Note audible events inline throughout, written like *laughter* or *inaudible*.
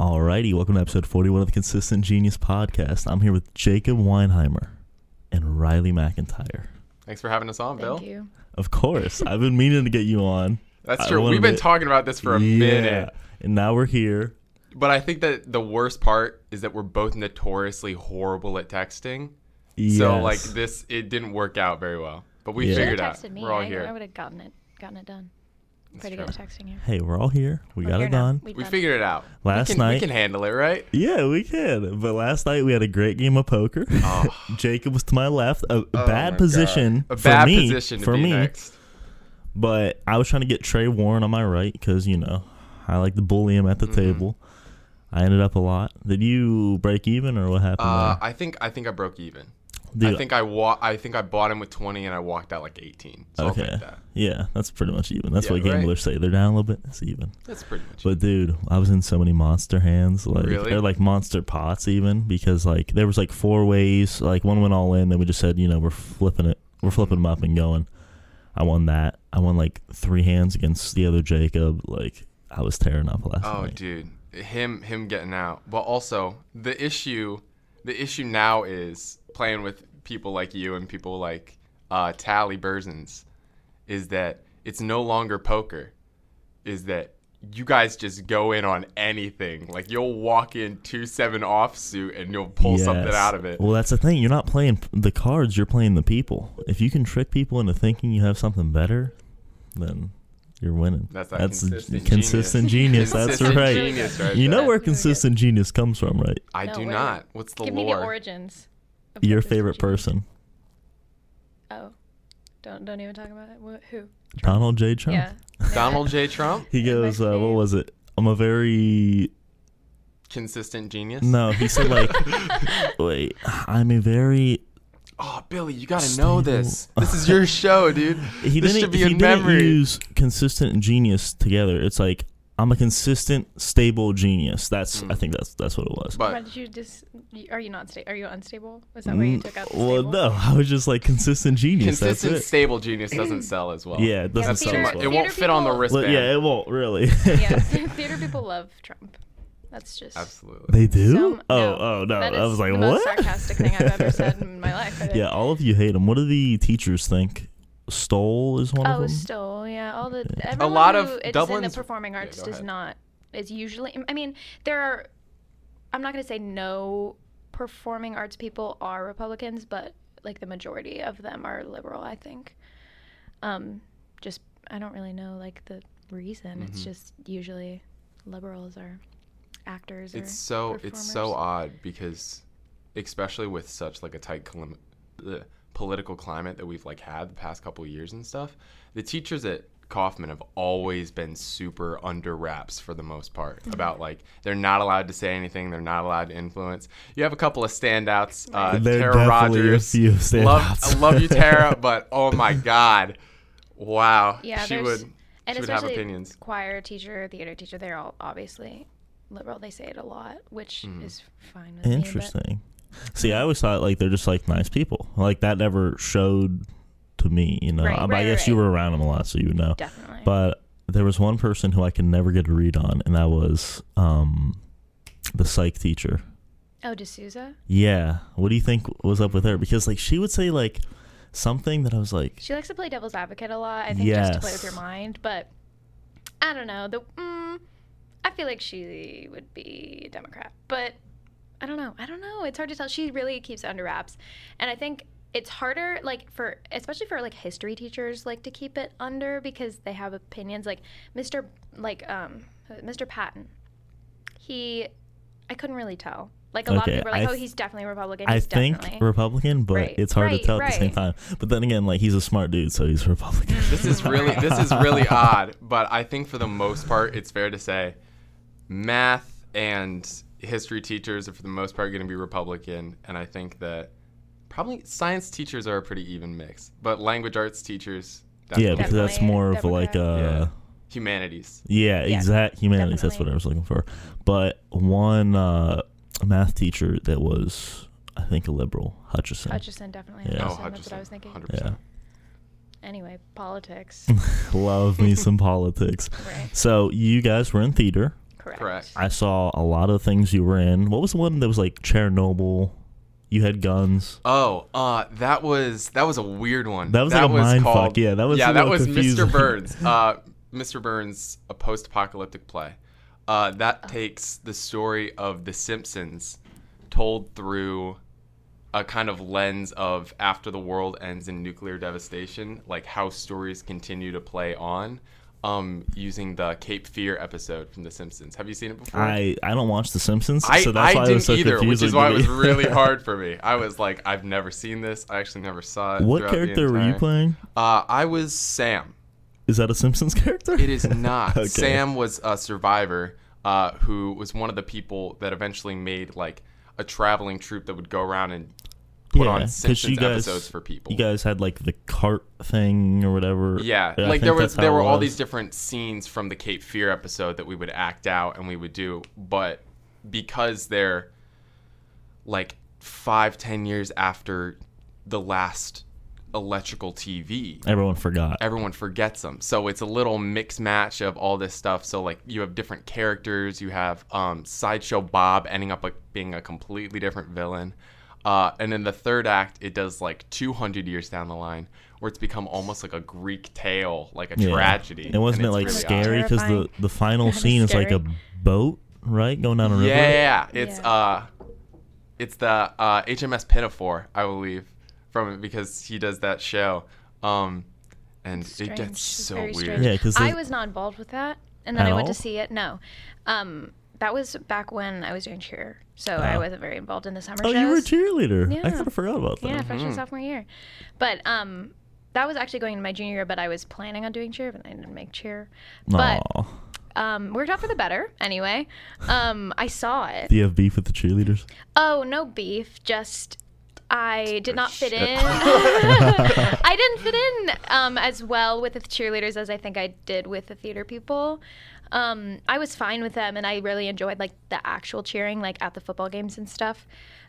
Alrighty, welcome to episode 41 of the Consistent Genius Podcast. I'm here with Jacob Weinheimer and Riley McIntyre. Thanks for having us on, Thank Bill. you. Of course, I've been meaning to get you on I That's true. wanna We've been be- talking about this for a Yeah. minute. and now we're here. But I think that the worst part is that we're both notoriously horrible at texting. So like Yes. this it didn't work out very well. But we Yeah. figured Should've out texted me. we're all I, here. I would have gotten it, gotten it done. That's Pretty true. good at texting here. hey, we're all here. We We're got here it now. done We've We done it. figured it out. We last can- night. we can handle it, right? Yeah, we can. But last night we had a great game of poker. *laughs* Jacob was to my left, a Oh bad Oh. my position A for bad me. position to for be me, next. but I was trying to get Trey Warren on my right because you know I like to bully him at Mm-hmm. the table. I ended up a lot. Did you break even or what happened? Uh, I think I think I broke even. there? Dude, I think I wa- I think I bought him with 20 and I walked out like 18. So I'll okay, take that. yeah, that's pretty much even. That's Yeah, what right. gamblers say. They're down a little bit. It's even. That's pretty much it. But dude, I was in so many monster hands, like Really? they're like monster pots even because like there was like four ways, like one went all in, then we just said you know we're flipping it, we're flipping them up and going. I won that. I won like three hands against the other Jacob. Like I was tearing up last Oh, night. dude, him him getting out. But also the issue, the issue now is playing with people like you and people like uh, Tally Burzens, is that it's no longer poker, is that you guys just go in on anything. Like you'll walk in two seven off suit and you'll pull something Yes. out of it. Well, that's the thing. You're not playing p- the cards. You're playing the people. If you can trick people into thinking you have something better, then you're winning. That's that consistent consistent genius. Consistent that's right. genius right you know there. where That's really good. consistent genius comes from, right? I No do way. not. What's the Give me the lore? origins. of Your what this favorite origin- person, Oh, don't don't even talk about it. What, who? Donald J. Trump. Yeah. Donald J. Trump, He goes, My uh, what fave. was it? I'm a very consistent genius. no. He said like, wait, I'm a very. Oh, Billy, you gotta Stable. know this. This is your show, dude. *laughs* He this didn't. should be he in didn't memory. use consistent and genius together. It's like I'm a consistent, stable genius. That's I think that's that's what it was. Why Hmm. but did you just? Are you not sta- Are you unstable? Was that where you Mm, took out the Well, stable? no, *laughs* I was just like consistent genius. consistent, that's it. stable genius doesn't sell as well. Yeah, it doesn't That's sell too Peter- as much. It well. Peter won't fit on the people- Well, wristband. yeah, it won't really. *laughs* *laughs* Yeah. Theater people love Trump. That's just. they absolutely. do. Some- oh, no. oh no! That I is was like, the what? Most sarcastic thing I've ever said *laughs* in my life. I think. yeah, all of you hate him. What do the teachers think? Stole is one of Oh, them. still, yeah. All the everyone lot who of is in the Dublin's- performing Yeah, arts go does ahead. not is usually. I mean, there are. I'm not gonna say no performing arts people are Republicans, but like the majority of them are liberal. I think. Um, just I don't really know like the reason. Mm-hmm. It's just usually liberals are actors. It's or so it's so performers. odd because, especially with such like a tight clim- the political climate that we've like had the past couple of years and stuff, the teachers at Kaufman have always been super under wraps for the most part Mm-hmm. about like they're not allowed to say anything, they're not allowed to influence. You have a couple of standouts, uh, There Tara definitely a Rogers. few Love, I standouts. love you, Tara, but oh *laughs* my god, wow, Yeah, she there's- would and she would have especially opinions. choir teacher, theater teacher, they're all obviously liberal. They say it a lot, which Mm-hmm. is fine with me. but- Interesting. See, I always thought like they're just like nice people. Like that never showed to me, you know. Right, I, but I right, guess you right. were around them a lot, so you would know. Definitely. But there was one person who I could never get a read on, and that was um, the psych teacher. oh, D'Souza? Yeah. What do you think was up with her? Because like she would say like something that I was like, She likes to play devil's advocate a lot, I think, just to play with your Yes. mind. But I don't know. The mm, I feel like she would be a Democrat, but I don't know. I don't know. It's hard to tell. She really keeps it under wraps, and I think it's harder, like for especially for like history teachers, like to keep it under because they have opinions. Like Mr. Like um Mr. Patton, he I couldn't really tell. Like a lot of Okay, people are like, I oh, th- he's definitely Republican. I he's think definitely. Republican, but Right, it's hard to right, tell at the same right. Mm. time. But then again, like he's a smart dude, so he's *laughs* Republican. This is really this is *laughs* really odd, but I think for the most part it's fair to say math and history teachers are for the most part going to be Republican and I think that probably science teachers are a pretty even mix, but language arts teachers yeah, definitely because that's Definitely more of like Democrat. uh, humanities. Yeah, Yeah, exact humanities. That's what definitely. I was looking for. But one uh, math teacher that was, I think, a liberal, Hutchison. Hutchinson definitely. Yeah. Oh, Hutchinson, that's what I was Hutchinson. thinking. 100%. Anyway, politics. *laughs* *laughs* Love me some politics. Right. So you guys were in theater. Correct. Correct. I saw a lot of things you were in. What was the one that was like Chernobyl? You had guns. Oh, uh, that was that was a weird one. That was like a mind fuck. Yeah, that was yeah, a that little was confusing. *laughs* Mr. Burns. Uh, Mr. Burns, a post-apocalyptic play. Uh, that takes the story of The Simpsons, told through a kind of lens of after the world ends in nuclear devastation, like how stories continue to play on, um, using the Cape Fear episode from The Simpsons. Have you seen it before? I I don't watch The Simpsons, I, so that's I why didn't it was so either, confusing. which is why to it was me. *laughs* really hard for me. I was like, I've never seen this. I actually never saw it. what throughout the character were you entire- playing? Uh, I was Sam. Is that a Simpsons character? *laughs* It is not. Okay. Sam was a survivor uh, who was one of the people that eventually made like a traveling troupe that would go around and put on 'cause Simpsons episodes for people. You guys had like the cart thing or whatever. yeah, I like think there that's was how there it were all was. these different scenes from the Cape Fear episode that we would act out and we would do, but because they're like five ten years after the last electrical TV, Everyone forgot. everyone forgets them. So it's a little mix match of all this stuff. So like you have different characters. You have um, sideshow Bob ending up like being a completely different villain. Uh, and then the third act, it does like 200 years down the line, where it's become almost like a Greek tale, like a Yeah. tragedy. And wasn't And it it's like really odd. scary? Because the Terrifying. the *laughs* final was scene is like a scary. boat, right, going down a river. Yeah, yeah, yeah. It's Yeah. uh, it's the uh, HMS Pinafore, I believe, from it because he does that show. Um, and it Strange. gets It's so very weird. strange. Yeah, because I was not involved with that, and then At I went all? to see it. No, um, that was back when I was doing cheer, so I Oh. wasn't very involved in the summer Oh, shows. you were a cheerleader. I Yeah. kind of forgot about that. yeah, Mm-hmm. freshman sophomore year, but um, that was actually going into my junior year. But I was planning on doing cheer, but I didn't make cheer. But Aw. um, worked out for the better anyway. Um, I saw it. Do you have beef with the cheerleaders? Oh, no beef. Just I did not fit shit. in. I didn't fit in um, as well with the cheerleaders as I think I did with the theater people. Um, I was fine with them, and I really enjoyed like the actual cheering, like at the football games and stuff.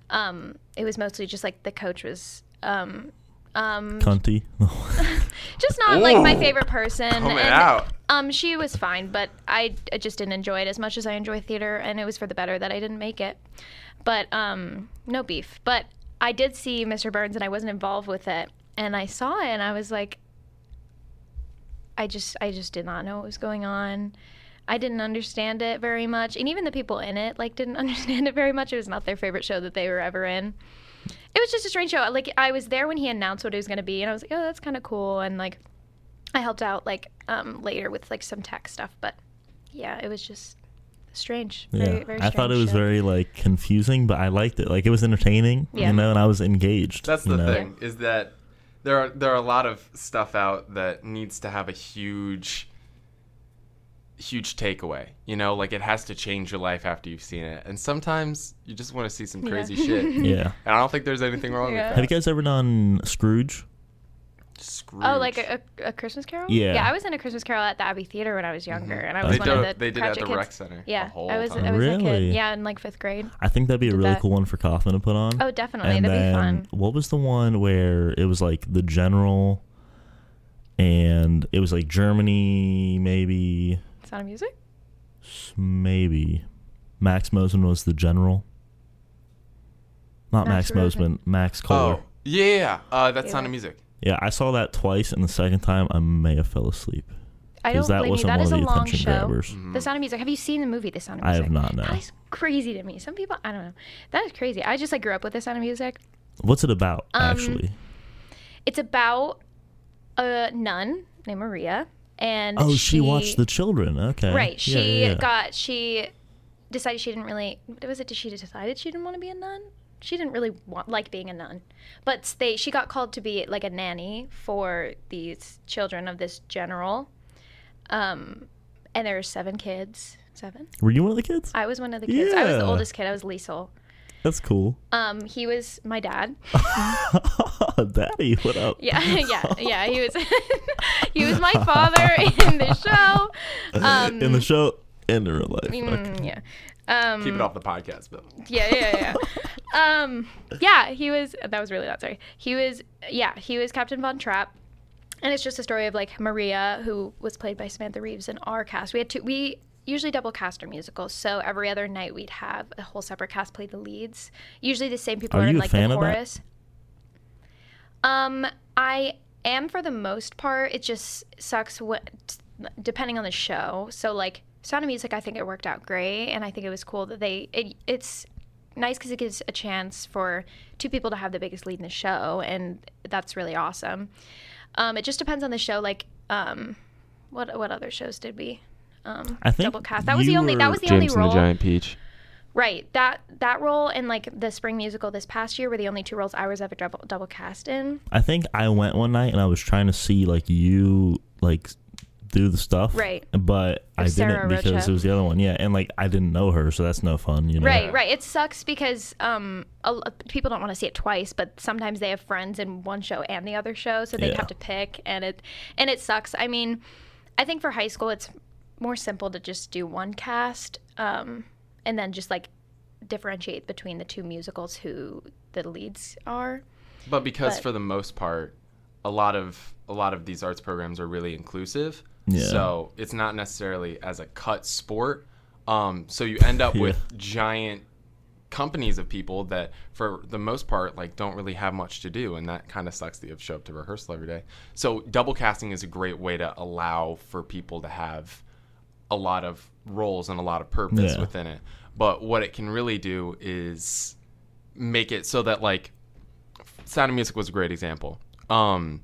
Um, it was mostly just like the coach was um, um, Cunty. *laughs* just not like my Ooh. favorite person. Coming and, out. Um, she was fine, but I, I just didn't enjoy it as much as I enjoy theater, and it was for the better that I didn't make it. But um, no beef. But I did see Mr. Burns, and I wasn't involved with it, and I saw it, and I was like, I just I just did not know what was going on. I didn't understand it very much, and even the people in it like didn't *laughs* understand it very much. It was not their favorite show that they were ever in. It was just a strange show. Like I was there when he announced what it was going to be, and I was like, oh, that's kind of cool. And like I helped out like um, later with like some tech stuff, but yeah, it was just strange. yeah. Very, very I thought it strange was show. very like confusing, but I liked it. Like it was entertaining, Yeah. you know, and I was engaged. That's you the know? thing is that there are there are a lot of stuff out that needs to have a huge huge takeaway. You know, like it has to change your life after you've seen it. And sometimes you just want to see some crazy *laughs* shit. And Yeah. I don't think there's anything wrong Yeah. Have you with that. guys ever done Scrooge? Scrooge. Oh, like a, a, a Christmas Carol? Yeah. Mm-hmm. Yeah, I was in a Christmas Carol at the Abbey Theater when I was younger, and I was they one did, of it- the they did it at Cratchit the kids. rec center. Yeah, the whole I was uh, time. I was a Really? kid. Yeah, in like fifth grade. I think that'd be a Did really that. cool one for Kaufman to put on. Oh, definitely, and that'd then be fun. what was the one where it was like the general, and it was like Germany, maybe, Sound of Music. s- maybe. Max Moseman was the general. Not Max, Max Moseman, Rosen. Max Kohler. Oh, yeah, yeah, yeah. Uh, that's Yeah. Sound of Music. Yeah, I saw that twice, and the second time I may have fell asleep I don't that blame you. wasn't That one is of a the long attention show. grabbers. The Sound of Music. Have you seen the movie The Sound of Mm-hmm. I have Music? not, no. That is crazy to me. Some people, I don't know. That is crazy. I just like grew up with The Sound of Music. What's it about, Um, actually? It's about a nun named Maria, and Oh, she, watched the children. Okay, Right. Yeah, She yeah, yeah. got she decided she didn't really what was it did she decided she didn't want to be a nun? She didn't really want like being a nun. But they she got called to be like a nanny for these children of this general. Um and there are seven kids. Seven. Were you one of the kids? I was one of the kids. I was the Yeah. oldest kid. I was Liesel. That's cool. *laughs* Um, he was my dad. *laughs* Daddy, what up? Yeah, yeah, yeah. He was *laughs* he was my father in the show. *laughs* Um, in the show and in real life. Okay. mm, yeah. Um, Keep it off the podcast, Bill. yeah, yeah, *laughs* yeah. um, yeah, he was. That was really loud. Sorry. He was. Yeah, he was Captain Von Trapp, and it's just a story of like Maria, who was played by Samantha Reeves in our cast. We had two. We usually double cast or musicals. So every other night we'd have a whole separate cast play the leads. Usually the same people Are are, in you a like fan the of that? chorus. Um, I am for the most part. It just sucks what depending on the show. So like Sound of Music, I think it worked out great, and I think it was cool that they it, it's nice because it gives a chance for two people to have the biggest lead in the show, and that's really awesome. Um, it just depends on the show. Like, um, what what other shows did we? Um, I think double cast. That was you the only. That were- was the James only and role. the Giant Peach. Right. That that role and like the spring musical this past year were the only two roles I was ever double double cast in. I think I went one night and I was trying to see like you like do the stuff, Right. But I Sarah didn't because Rocha. it was the other one, yeah. And like I didn't know her, so that's no fun, you know. Right, right. It sucks because um, a, l- people don't want to see it twice, but sometimes they have friends in one show and the other show, so they Yeah. would have to pick, and it and it sucks. I mean, I think for high school, it's more simple to just do one cast, um, and then just like differentiate between the two musicals who the leads are. But because But- for the most part, a lot of a lot of these arts programs are really inclusive. Yeah. So it's not necessarily as a cut sport. Um, so you end up *laughs* Yeah. with giant companies of people that for the most part like don't really have much to do and that kind of sucks that you have to show up to rehearsal every day so double casting is a great way to allow for people to have a lot of roles and a lot of purpose Yeah. within it but what it can really do is make it so that like Sound of Music was a great example. Um,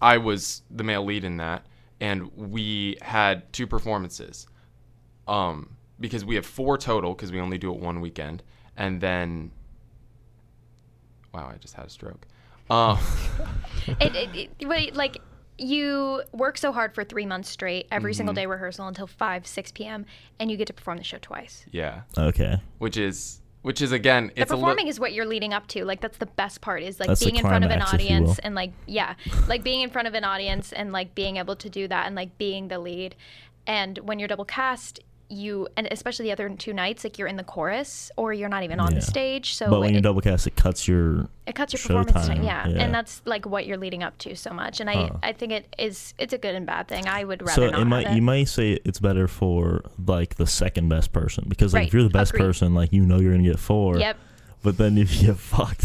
I was the male lead in that, and we had two performances. Um, because we have four total, because we only do it one weekend, and then. Wow, I just had a stroke. *laughs* Um, it, it, it, wait, like you work so hard for three months straight, every single day rehearsal until five, six p.m., and you get to perform the show twice. yeah, Okay. which is which is again, The it's a little. performing is what you're leading up to. Like that's the best part is like That's the being in front of an climax, if you will. audience and like yeah, like being in front of an audience and like being able to do that and like being the lead. And when you're double cast, you and especially the other two nights, like you're in the chorus or you're not even on Yeah. the stage. So But when it- you're double cast, it cuts your it cuts your Showtime, performance time, yeah. yeah. and that's like what you're leading up to so much. And I, I think it is it's a good and bad thing. I would rather so not. it might have you might say it's better for like the second best person because like if Right, you're the best agreed. person, like you know you're gonna get four. Yep. But then if you get fucked,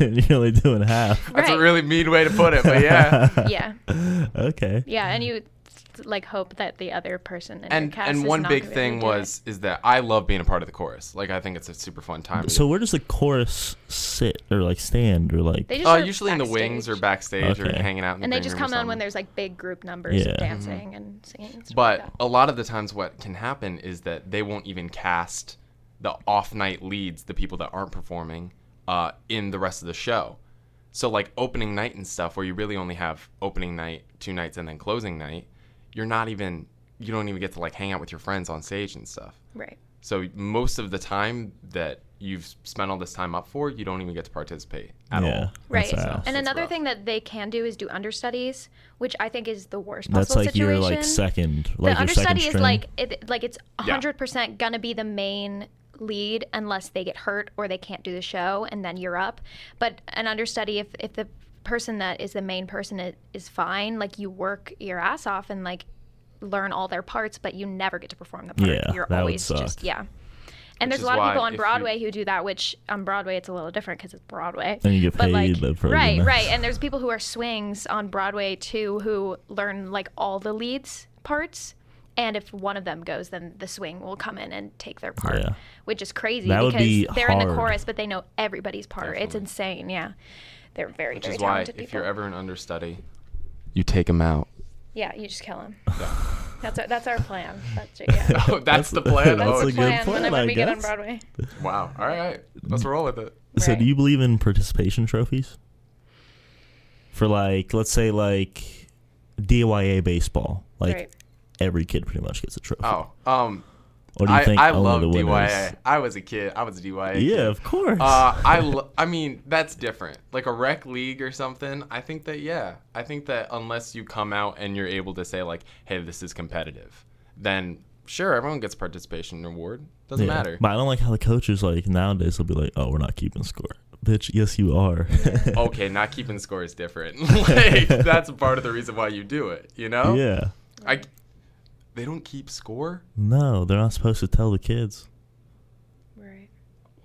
*laughs* you're only doing half. That's right. a really mean way to put it, but yeah. *laughs* yeah, Okay. yeah, and you like hope that the other person in your And cast and is one not big gonna be able to thing do it. was is that I love being a part of the chorus. Like I think it's a super fun time. So where does the chorus sit or like stand or like They just uh, are usually in the wings or backstage. backstage or Okay. hanging out in the and they green just room or come on when something. there's like big group numbers Yeah. of dancing and singing. And stuff like But that. a lot of the times, what can happen is that they won't even cast the off night leads, the people that aren't performing, uh, in the rest of the show. So, like opening night and stuff, where you really only have opening night, two nights, and then closing night, you're not even, you don't even get to like hang out with your friends on stage and stuff. Mm-hmm. right, So, most of the time that you've spent all this time up for, you don't even get to participate at yeah, all. that's right. ass. and That's another rough. thing that they can do is do understudies, which I think is the worst That's possible like situation. your like second, the like your second understudy string. is like it, like it's 100% gonna be the main lead unless they get hurt or they can't do the show and then you're up but an understudy if if the person that is the main person i- is fine like you work your ass off and like learn all their parts but you never get to perform the part Yeah, you're that would always suck. just yeah Which and there's is a lot of why people if on you- Broadway who do that, which on Broadway it's a little different because it's Broadway. And you get But, like, paid, but for, you right, know. right. And there's people who are swings on Broadway too who learn like all the leads parts. And if one of them goes, then the swing will come in and take their part, Yeah. which is crazy That would because be they're in the hard. chorus, but they know everybody's part. It's insane. Yeah, they're very, Which very is why, talented if people. you're ever an understudy, you take *laughs* them out. *laughs* yeah, you just kill them. Yeah. That's our, that's our plan. *laughs* That's, yeah. Oh, that's, the plan. that's oh, a geez. good plan plan, whenever I we get on guess. Broadway. Wow. All right. Let's roll with it. So, do Right. you believe in participation trophies? For like, let's say like DYA baseball, like Right. every kid pretty much gets a trophy. Oh, um, or do you I, think I only love the winners? DYA. I was a kid. I was a DYA. kid. Yeah, of course. Uh, I, lo- I mean, that's different. Like a rec league or something. I think that, yeah. I think that unless you come out and you're able to say, like, hey, this is competitive, then sure, everyone gets participation award. Doesn't Yeah. *laughs* matter. But I don't like how the coaches like nowadays will be like, "Oh, we're not keeping score, bitch." Yes, you *laughs* are. okay, not keeping score *laughs* Oh. is different. like, that's part of the reason why you do it, you know? yeah. I, They don't keep score. No, they're not supposed to tell the kids. Right.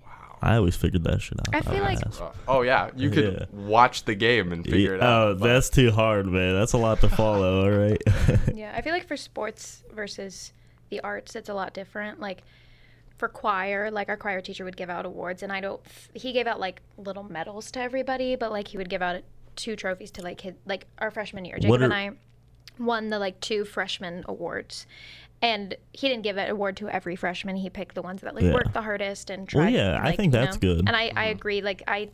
Wow. I always figured that shit out. I feel my like- ass. Uh, oh yeah, you could Yeah. watch the game and figure it Yeah, out. Oh, but- that's too hard, man. That's a lot to follow. All right. *laughs* Yeah, I feel like for sports versus the arts, it's a lot different. Like for choir, like our choir teacher would give out awards, and I don't. He gave out like little medals to everybody, but like he would give out two trophies to like his like our freshman year. Jacob What and are- I won the like two freshman awards. And he didn't give an award to every freshman. He picked the ones that like Yeah. worked the hardest and tried. yeah, I like, think you that's know. good. And I, I agree. Like I,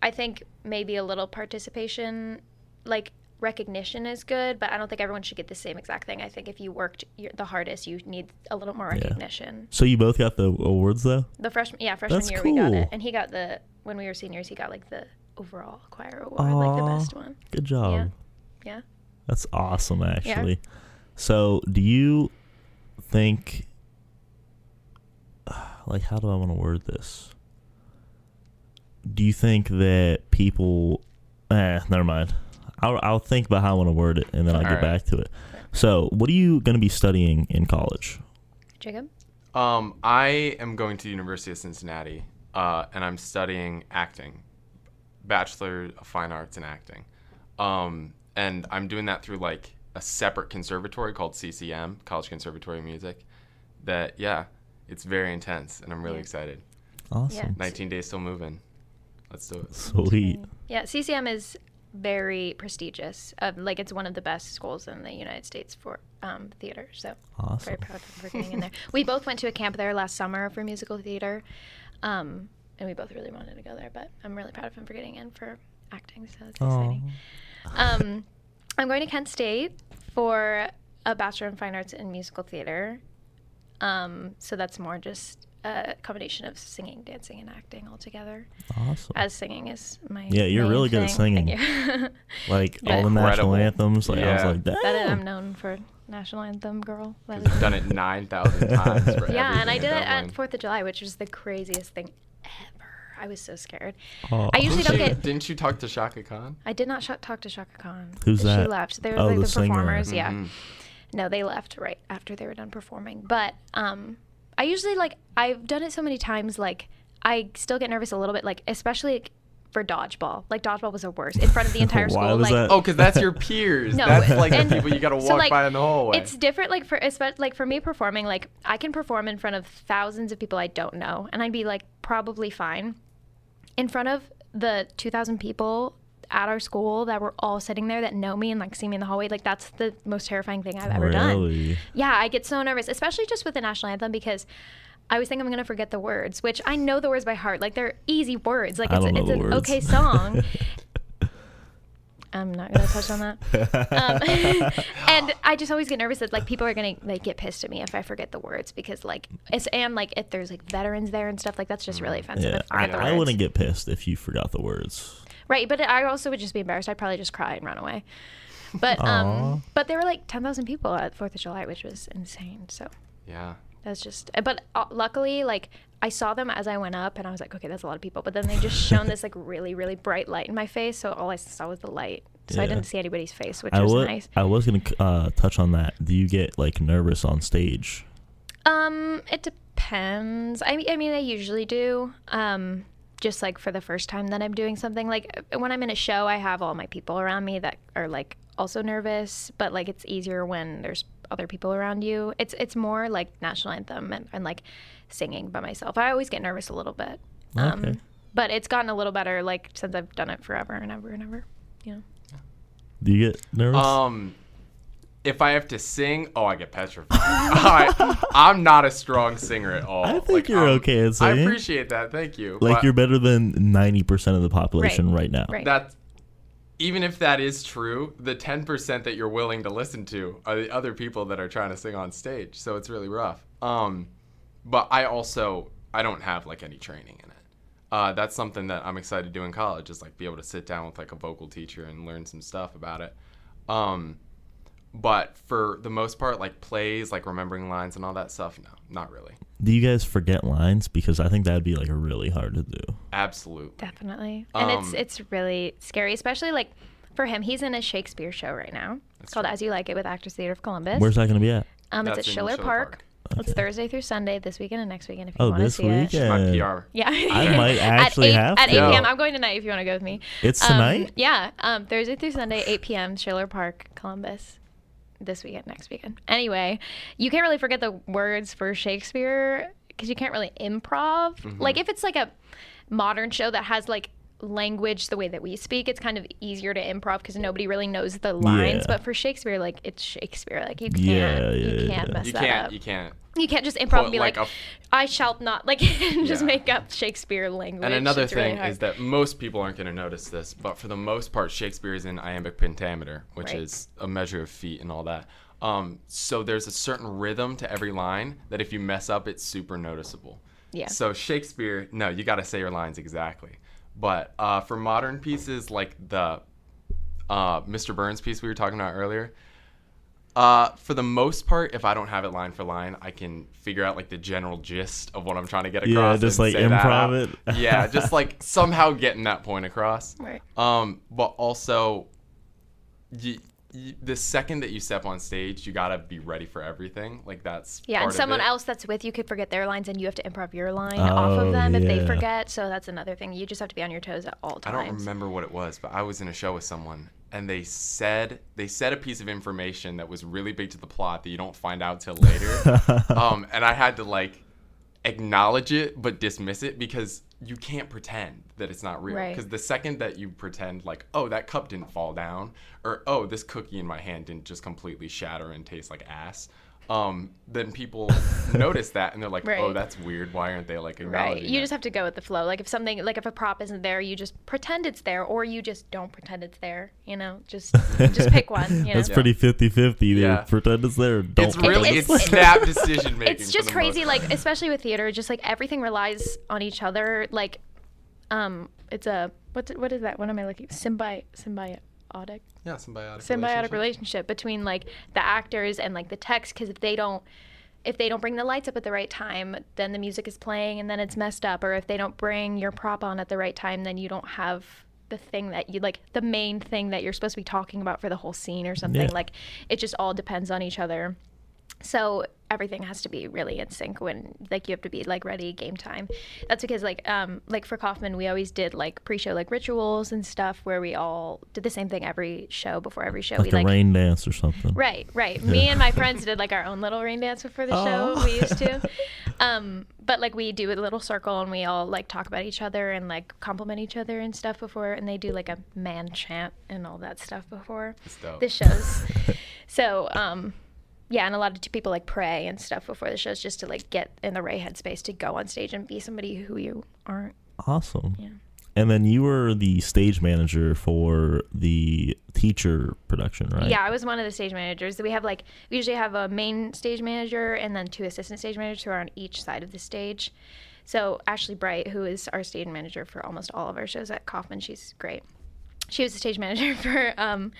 I think maybe a little participation like recognition is good, but I don't think everyone should get the same exact thing. I think if you worked your, the hardest, you need a little more recognition. so you both got the awards though. The freshman, yeah, freshman That's year we got cool. it, and he got the when we were seniors, he got like the overall choir award, like the Aw. best one. Good job. Yeah. Yeah. That's awesome, actually. So, do you think, *sighs* like, how do I want to word this? Do you think that people, eh, never mind. I'll, I'll think about how I want to word it and then I'll get Alright. back to it. So, what are you going to be studying in college? Jacob, Um, I am going to the University of Cincinnati, uh, and I'm studying acting, Bachelor of Fine Arts in acting, um, and I'm doing that through like a separate conservatory called CCM, College Conservatory of Music. That yeah, it's very intense, and I'm really Yeah. excited. Awesome. 19 days still moving. Let's do it. Sweet. yeah, CCM is very prestigious. Um, like it's one of the best schools in the United States for um, theater. So Awesome. very proud of them for getting in there. We both went to a camp there last summer for musical theater, um, and we both really wanted to go there. But I'm really proud of him for getting in for acting. So it's exciting. Um, I'm going to Kent State for a bachelor in fine arts in musical theater. Um, so that's more just a combination of singing, dancing, and acting all together. Oh, Awesome. As singing is my Yeah, you're main really good at thing. Thank singing. you. *laughs* Like, Yeah. all the national Incredible. anthems. Like, I was Yeah. like, that is, damn. I'm known for national anthem girl. That I've is- done it *laughs* 9,000 times. For Yeah, and I everything did it in at Dublin. Fourth of July, which was the craziest thing ever. I was so scared. Aw. I *laughs* usually Didn't don't you, get. didn't you talk to Shaka Khan? I did not sh- talk to Shaka Khan. Who's she that? left. They were Oh, like the the, singer. performers. Yeah. Mhm. No, they left right after they were done performing. But um, I usually like I've done it so many times. Like I still get nervous a little bit. Like especially like, for dodgeball. Like dodgeball was the worst *laughs* in front of the entire Why school. was like that? Oh, because that's your peers. *laughs* No, that's like and- the people you got to walk so, like, by in the hallway. It's different, like for espe- like for me performing, like I can perform in front of thousands of people I don't know, and I'd be like probably fine. In front of the two thousand people at our school that were all sitting there that know me and like see me in the hallway, like that's the most terrifying thing I've ever done. really? Yeah, I get so nervous, especially just with the national anthem because. I always think I'm gonna forget the words, which I know the words by heart. Like they're easy words. Like I it's, don't know it's the an words. *laughs* okay song. I'm not gonna touch on that. Um, *laughs* and I just always get nervous that like people are gonna like get pissed at me if I forget the words because like it's and like if there's like veterans there and stuff like that's just really offensive. Mm, Yeah, if I, forget the I words. wouldn't get pissed if you forgot the words. Right, but I also would just be embarrassed. I'd probably just cry and run away. But um, but there were like ten thousand people at Fourth of July, which was insane. So yeah. that's just. But uh, luckily, like I saw them as I went up, and I was like, okay, that's a lot of people. But then they just shone this like really really bright light in my face, so all I saw was the light. So I Yeah. didn't see anybody's face, which I was was nice. I was gonna uh, touch on that. Do you get like nervous on stage? Um, it depends. I mean, I mean, I usually do. Um, just like for the first time that I'm doing something, like uh, when I'm in a show, I have all my people around me that are like also nervous. But like, it's easier when there's other people around you. It's it's more like national anthem and, and like singing by myself. I always get nervous a little bit. Um, Okay. but it's gotten a little better like since I've done it forever and ever and ever. You know. Do you get nervous? Um, if I have to sing, oh, I get petrified. *laughs* I, I'm not a strong singer at all. I think Like, you're I'm- okay at I singing. appreciate that. Thank you. like but you're better than ninety percent of the population right, now. Right. That's even if that is true, the 10% that you're willing to listen to are the other people that are trying to sing on stage. So it's really rough. Um, but I also I don't have like any training in it. Uh, that's something that I'm excited to do in college is like be able to sit down with like a vocal teacher and learn some stuff about it. Um, but for the most part, like plays, like remembering lines and all that stuff, no, not really. Do you guys forget lines? Because I think that'd be like really hard to do. Absolutely. Definitely. And Um, it's it's really scary, especially like for him. He's in a Shakespeare show right now. It's called As You Like It with Actors Theater of Columbus. Where's that gonna be at? Um, it's at That's in Schiller Schiller Park. Park. It's Thursday through Sunday this weekend and next weekend if you Oh, want to this see weekend. it. My PR. *laughs* Yeah, I might actually *laughs* at eight, have at to. 8 p.m. Yeah. I'm going tonight if you want to go with me. It's Um, tonight. yeah, um, Thursday through Sunday, 8 p.m. Schiller Park, Columbus. This weekend, next weekend. Anyway, you can't really forget the words for Shakespeare because you can't really improv. Mm-hmm. Like if it's like a modern show that has like language the way that we speak, it's kind of easier to improv because nobody really knows the lines. Yeah. But for Shakespeare, like it's Shakespeare. Like you can't, Yeah, yeah, you can't yeah. mess You that can't. up. You can't. You can't just improv and Put be like, like I a shall not *laughs* like just Yeah. make up Shakespeare language. And another It's really thing hard. is that most people aren't going to notice this, but for the most part, Shakespeare is in iambic pentameter, which Right. is a measure of feet and all that. Um, so there's a certain rhythm to every line that if you mess up, it's super noticeable. Yeah. So Shakespeare, no, you got to say your lines exactly. But uh, for modern pieces like the uh, Mr. Burns piece we were talking about earlier, uh, for the most part, if I don't have it line for line, I can figure out like the general gist of what I'm trying to get Yeah, across. just, and like, say that out. improv it. *laughs* yeah, just like somehow getting that point across. Right. Um, but also, you, you, the second that you step on stage, you gotta be ready for everything. Like that's Yeah, part and of someone it. else that's with you could forget their lines, and you have to improv your line off Oh, of them if they yeah. forget. So that's another thing. You just have to be on your toes at all I times. don't remember what it was, but I was in a show with someone and they said they said a piece of information that was really big to the plot that you don't find out till *laughs* later. um, and I had to like acknowledge it but dismiss it because you can't pretend that it's not real. Right. Because the second that you pretend like, oh, that cup didn't fall down, or oh, this cookie in my hand didn't just completely shatter and taste like ass. Um, then *laughs* people notice that and they're like, Right. "Oh, that's weird. Why aren't they like acknowledging?" Right. You that?" just have to go with the flow. Like if something, like if a prop isn't there, you just pretend it's there, or you just don't pretend it's there. You know, just just pick *laughs* one. You know? That's pretty 50 50 there. Yeah. Pretend it's there. or Don't It's really It's- it's, it's- *laughs* snap decision making. it's just crazy like especially with theater just like everything relies on each other like um it's a what what is that what am i looking symbi symbiotic yeah, symbiotic. symbiotic relationship between like the actors and like the text because if they don't if they don't bring the lights up at the right time then the music is playing and then it's messed up or if they don't bring your prop on at the right time then you don't have the thing that you like the main thing that you're supposed to be talking about for the whole scene or something Yeah. like it just all depends on each other so everything has to be really in sync when like you have to be like ready game time that's because like um like for kaufman we always did like pre-show like rituals and stuff where we all did the same thing every show before every show we like a like rain dance or something. right right *laughs* me and my friends did like our own little rain dance before the show Oh. we used to *laughs* um but like we do a little circle and we all like talk about each other and like compliment each other and stuff before and they do like a man chant and all that stuff before the shows. so, um, yeah, and a lot of t- people like pray and stuff before the shows just to like get in the right headspace to go on stage and be somebody who you aren't. Awesome. And then you were the stage manager for the teacher production, right? Yeah, I was one of the stage managers. We have like we usually have a main stage manager and then two assistant stage managers who are on each side of the stage. So Ashley Bright, who is our stage manager for almost all of our shows at Kaufman, she's great. She was the stage manager *laughs* for um,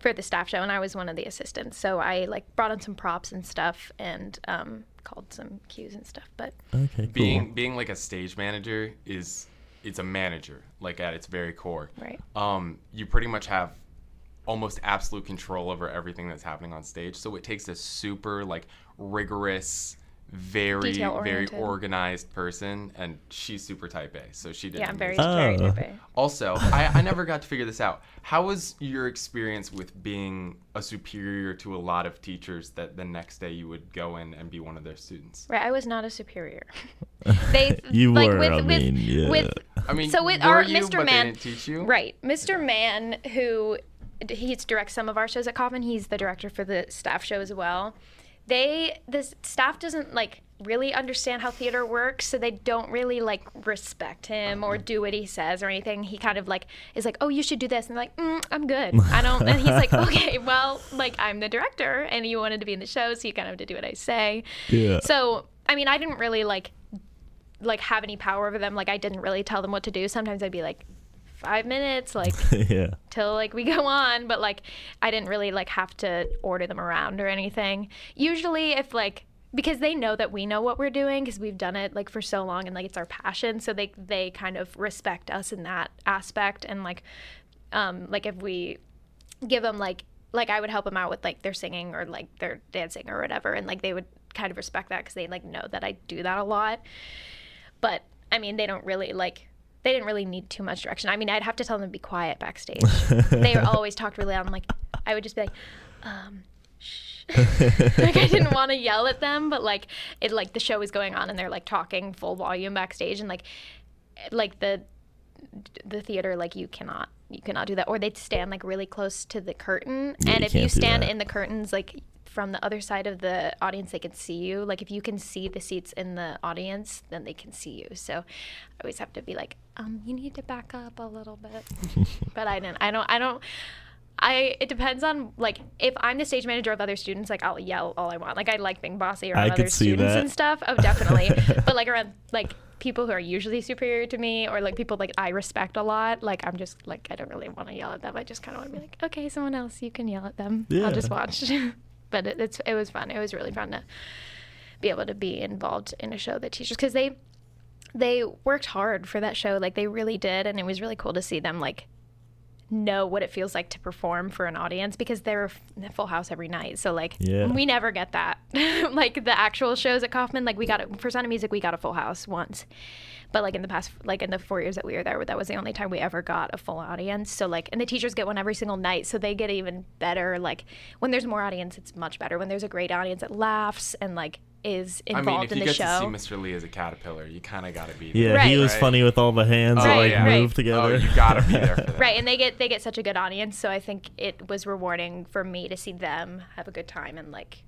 for the staff show, and I was one of the assistants. So I like brought on some props and stuff, and um, called some cues and stuff. But Okay. Cool. being being like a stage manager is it's a manager like at its very core. right, Um, you pretty much have almost absolute control over everything that's happening on stage. So it takes a super like rigorous, very very Detail-oriented. organized person, and she's super type A. So she did. yeah, I'm amazing. very very Oh. type A. Also, I, I never got to figure this out. How was your experience with being a superior to a lot of teachers that the next day you would go in and be one of their students? Right, I was not a *laughs* superior. They You like were, with I with, mean, yeah. with I mean, So with were our- you, Mr. But Man- they didn't teach you? Right. Mr. Mann, who d- he directs some of our shows at Kaufman, he's the director for the staff show as well. They the staff doesn't like really understand how theater works, so they don't really like respect him or do what he says or anything. He kind of like is like, "Oh, you should do this," and they're like, mm, "I'm good, I don't." And he's like, "Okay, well, like I'm the director, and you wanted to be in the show, so you kind of have to do what I say." Yeah. So, I mean, I didn't really like like have any power over them. Like I didn't really tell them what to do. Sometimes I'd be like 5 minutes like *laughs* yeah. till like we *laughs* go on, but like I didn't really like have to order them around or anything. Usually if like because they know that we know what we're doing because we've done it like for so long and like it's our passion, so they they kind of respect us in that aspect and like um like if we give them like like I would help them out with like their singing or like their dancing or whatever, and like they would kind of respect that because they like know that I do that a lot. But I mean, they don't really like they didn't really need too much direction. I mean, I'd have to tell them to be quiet backstage. they were always talked really loud. I'm like, I would just be like, um, shh. *laughs* like I didn't want to yell at them, but like it like the show is going on and they're like talking full volume backstage and like like the the theater like you cannot you cannot do that or they'd stand like really close to the curtain Yeah, and you if you can't do stand that. in the curtains like from the other side of the audience they can see you like if you can see the seats in the audience then they can see you so i always have to be like um you need to back up a little bit but i didn't i don't i don't I it depends on like if I'm the stage manager of other students, like I'll yell all I want. Like I like being bossy around I could other see students that. and stuff. *laughs* Oh, definitely. but like around like people who are usually superior to me or like people like I respect a lot, like I'm just like I don't really want to yell at them. I just kind of want to be like, okay, someone else, you can yell at them. Yeah. I'll just watch. *laughs* but it, it's it was fun. It was really fun to be able to be involved in a show that teachers because they they worked hard for that show like they really did and it was really cool to see them like know what it feels like to perform for an audience because they're f- in full house every night so like Yeah. we never get that *laughs* like the actual shows at kaufman like we got it for sound of music we got a full house once but like in the past like in the four years that we were there that was the only time we ever got a full audience so like and the teachers get one every single night so they get even better like when there's more audience it's much better when there's a great audience that laughs and like is I involved mean, if in you the get show to see Mr. Lee as a caterpillar, you kind of got to be there. Yeah, he Right. was Right. funny with all the hands that Oh, like yeah. Right. moved Oh, together. you got to *laughs* be *laughs* there for that. right and they get they get such a good audience so i think it was rewarding for me to see them have a good time and like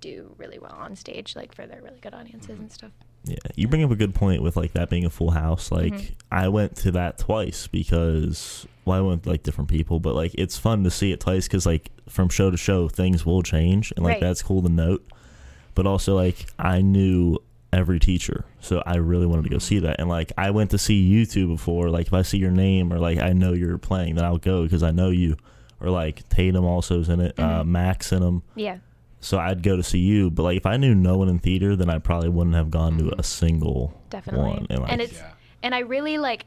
do really well on stage like for their really good audiences and stuff Yeah, you bring up a good point with like that being a full house. Like I went to that twice because well, I went with, like different people, but like it's fun to see it twice because like from show to show things will change, and like Right. that's cool to note. But also like I knew every teacher, so I really wanted to go see that. And like I went to see you two before. Like if I see your name or like I know you're playing, then I'll go because I know you. Or like Tatum also's in it, uh, Max in them yeah so I'd go to see you. But like, if I knew no one in theater, then I probably wouldn't have gone to a single Mm. definitely one. And, like, and it's Yeah. and i really like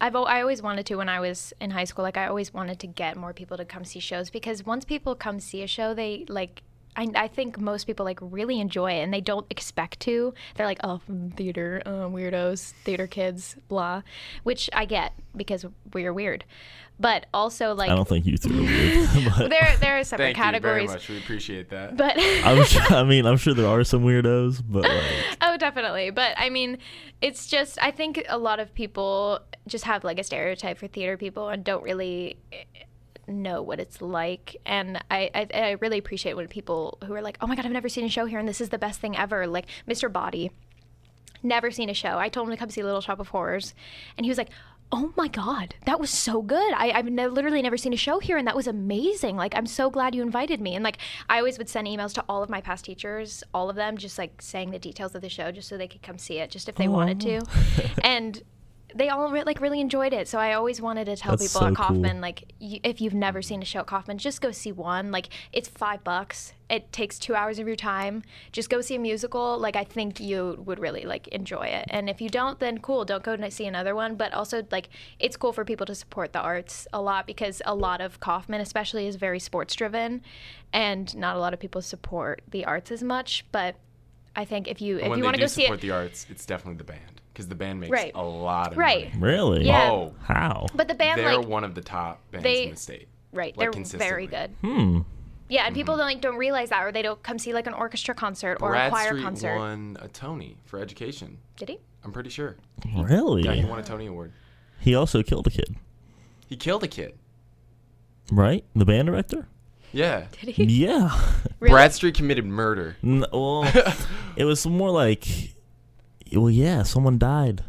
I've, al- I always wanted to when I was in high school. Like I always wanted to get more people to come see shows because once people come see a show, they like. I, I think most people like really enjoy it and they don't expect to. They're like, oh, mm, theater uh, weirdos, theater kids, blah, which I get because we're weird. But also like I don't think you two are *laughs* weird. *laughs* but there there are Thank separate you categories. very much. We appreciate that. But *laughs* I'm sure, I mean, I'm sure there are some weirdos, but *laughs* like, Oh, definitely. But I mean, it's just, I think a lot of people just have like a stereotype for theater people and don't really eh, know what it's like. And I, I, I really appreciate when people who are like, oh my God, I've never seen a show here and this is the best thing ever. Like Mr. Body, never seen a show. I told him to come see Little Shop of Horrors. And he was like, Oh my God, that was so good. I, I've ne- literally never seen a show here, and that was amazing. Like, I'm so glad you invited me. And like, I always would send emails to all of my past teachers, all of them, just like saying the details of the show, just so they could come see it, just if they wanted to. and they all re- like really enjoyed it. So I always wanted to tell That's people so at cool. Kaufman, like, you, if you've never seen a show at Kaufman, just go see one. Like, it's five bucks. It takes two hours of your time. Just go see a musical. Like, I think you would really like enjoy it. And if you don't, then cool. Don't go and see another one. But also, like, it's cool for people to support the arts a lot because a lot of Kaufman, especially, is very sports driven, and not a lot of people support the arts as much. But I think if you And if when you they want to do go see support it, the arts, it's definitely the band because the band makes Right. a lot of Right. money. really, Yeah. Oh, *laughs* how? but the band they're like one of the top bands they- in the state. Right, like, they're consistently. very good. Hmm. Yeah, and people don't like don't realize that, or they don't come see like an orchestra concert or a choir Bradstreet concert. won a Tony for Education. Did he? I'm pretty sure. Really? Yeah, he won a Tony Award. He also killed a kid, He killed a kid. right? The band *laughs* director? Yeah. Did he? Yeah. Really? Bradstreet committed murder. N- *laughs* well, it was more like, well, yeah, someone died.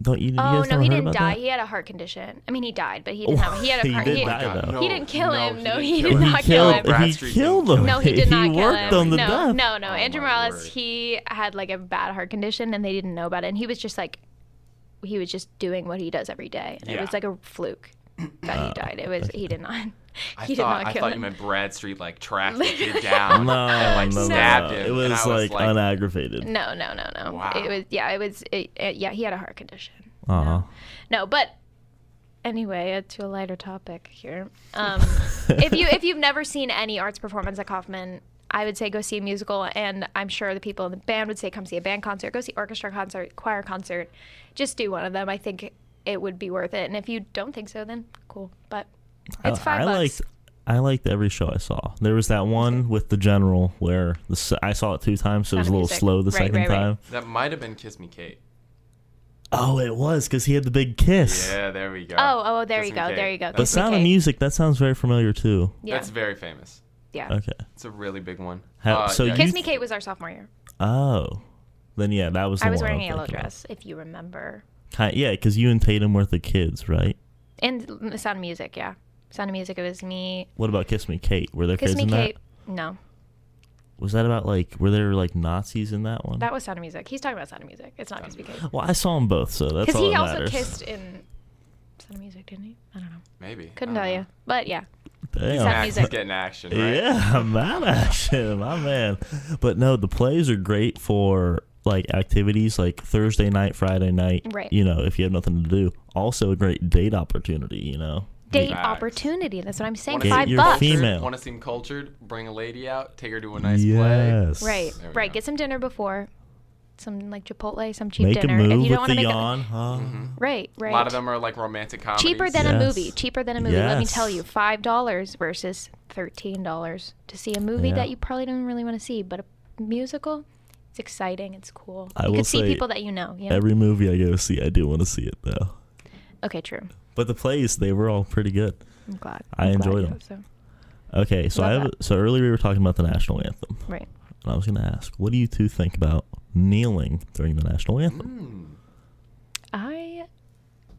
Don't you? you Oh guys no, never he heard didn't about die. that? He had a heart condition. I mean, he died, but he didn't have. He had a He heart. did he, die, though. He didn't kill him. No, he didn't kill did He not kill him. killed. If he Bradstreet killed didn't him. kill No, he if did not *laughs* He kill worked him. on the no, death. no, no. Oh, Andrew my Morales, word. he had like a bad heart condition, and they didn't know about it. And he was just like, he was just doing what he does every day, and it Yeah. was like a fluke that Uh, he died. It was he did not. *laughs* I he thought, did not I kill thought you him. meant Bradstreet like tracked the kid *laughs* down No, and like no, no, stabbed no. him. It and was, I like, unaggravated. No, no, no, no. Wow. It was yeah. It was it, it, yeah. He had a heart condition. Uh-huh. No, but Anyway, uh, to a lighter topic here. Um, if you if you've never seen any arts performance at Kaufman, I would say go see a musical, and I'm sure the people in the band would say come see a band concert, go see orchestra concert, choir concert. Just do one of them. I think it would be worth it. And if you don't think so, then cool. But it's I, five I bucks. liked I liked every show I saw. There was that one with the general where the s- I saw it two times, so it Sound was a of little Music. slow the Right, second right, right. time. That might have been Kiss Me Kate. Oh, it was because he had the big kiss. Yeah, there we go. Oh, oh, there Kiss you Me go, Kate. there you go. The That's, Kiss Me Sound of Kate. Music that sounds very familiar too. yeah, that's very famous. yeah. Okay. It's a really big one. Uh, How- so Uh, you- Kiss Me, Kate was our sophomore year. Oh, then yeah, that was. The I was one wearing a I'm yellow thinking of. dress, if you remember. Ki- yeah, because you and Tatum were the kids, right? And the Sound of Music, yeah. Sound of Music. It was me. What about Kiss Me Kate? Were there Kiss kids Me, in Kate. No, that? Was that about like were there like Nazis in that one? that was Sound of Music. He's talking about Sound of Music. It's not Kiss Me, Kate. well, I saw them both, so *laughs* that's Because all he that also matters. *laughs* kissed in Sound of Music, didn't he? I don't know. Maybe. Couldn't I tell don't you. But yeah, Damn. know. Sound Max is music. getting action, right? Yeah, *laughs* mad action, my man. But no, the plays are great for like activities like Thursday night, Friday night. Right. You know, if you have nothing to do, also a great date opportunity. You know, date Facts. opportunity. That's what I'm saying. Get Five your bucks. fem- Female. Want to seem cultured? Bring a lady out. Take her to a nice play. yes, Right, There we right. go. Get some dinner before, some like Chipotle, some cheap Make dinner. a move if you don't with want the to make yawn, huh? a right, right. A lot of them are like romantic comedies. cheaper than a Yes. movie. Cheaper than a movie. Let me tell Yes. you, five dollars versus thirteen dollars to see a movie Yeah. that you probably don't really want to see, but a musical, it's exciting. It's cool. I you will could see say people that you know. You know? Every movie I go see, I do want to see it though. okay, true. But the plays, they were all pretty good. I'm glad. I I'm glad enjoyed you them. hope So. Okay, so I Love have, so earlier we were talking about the national anthem, Right. and I was going to ask, what do you two think about kneeling during the national anthem? Mm. I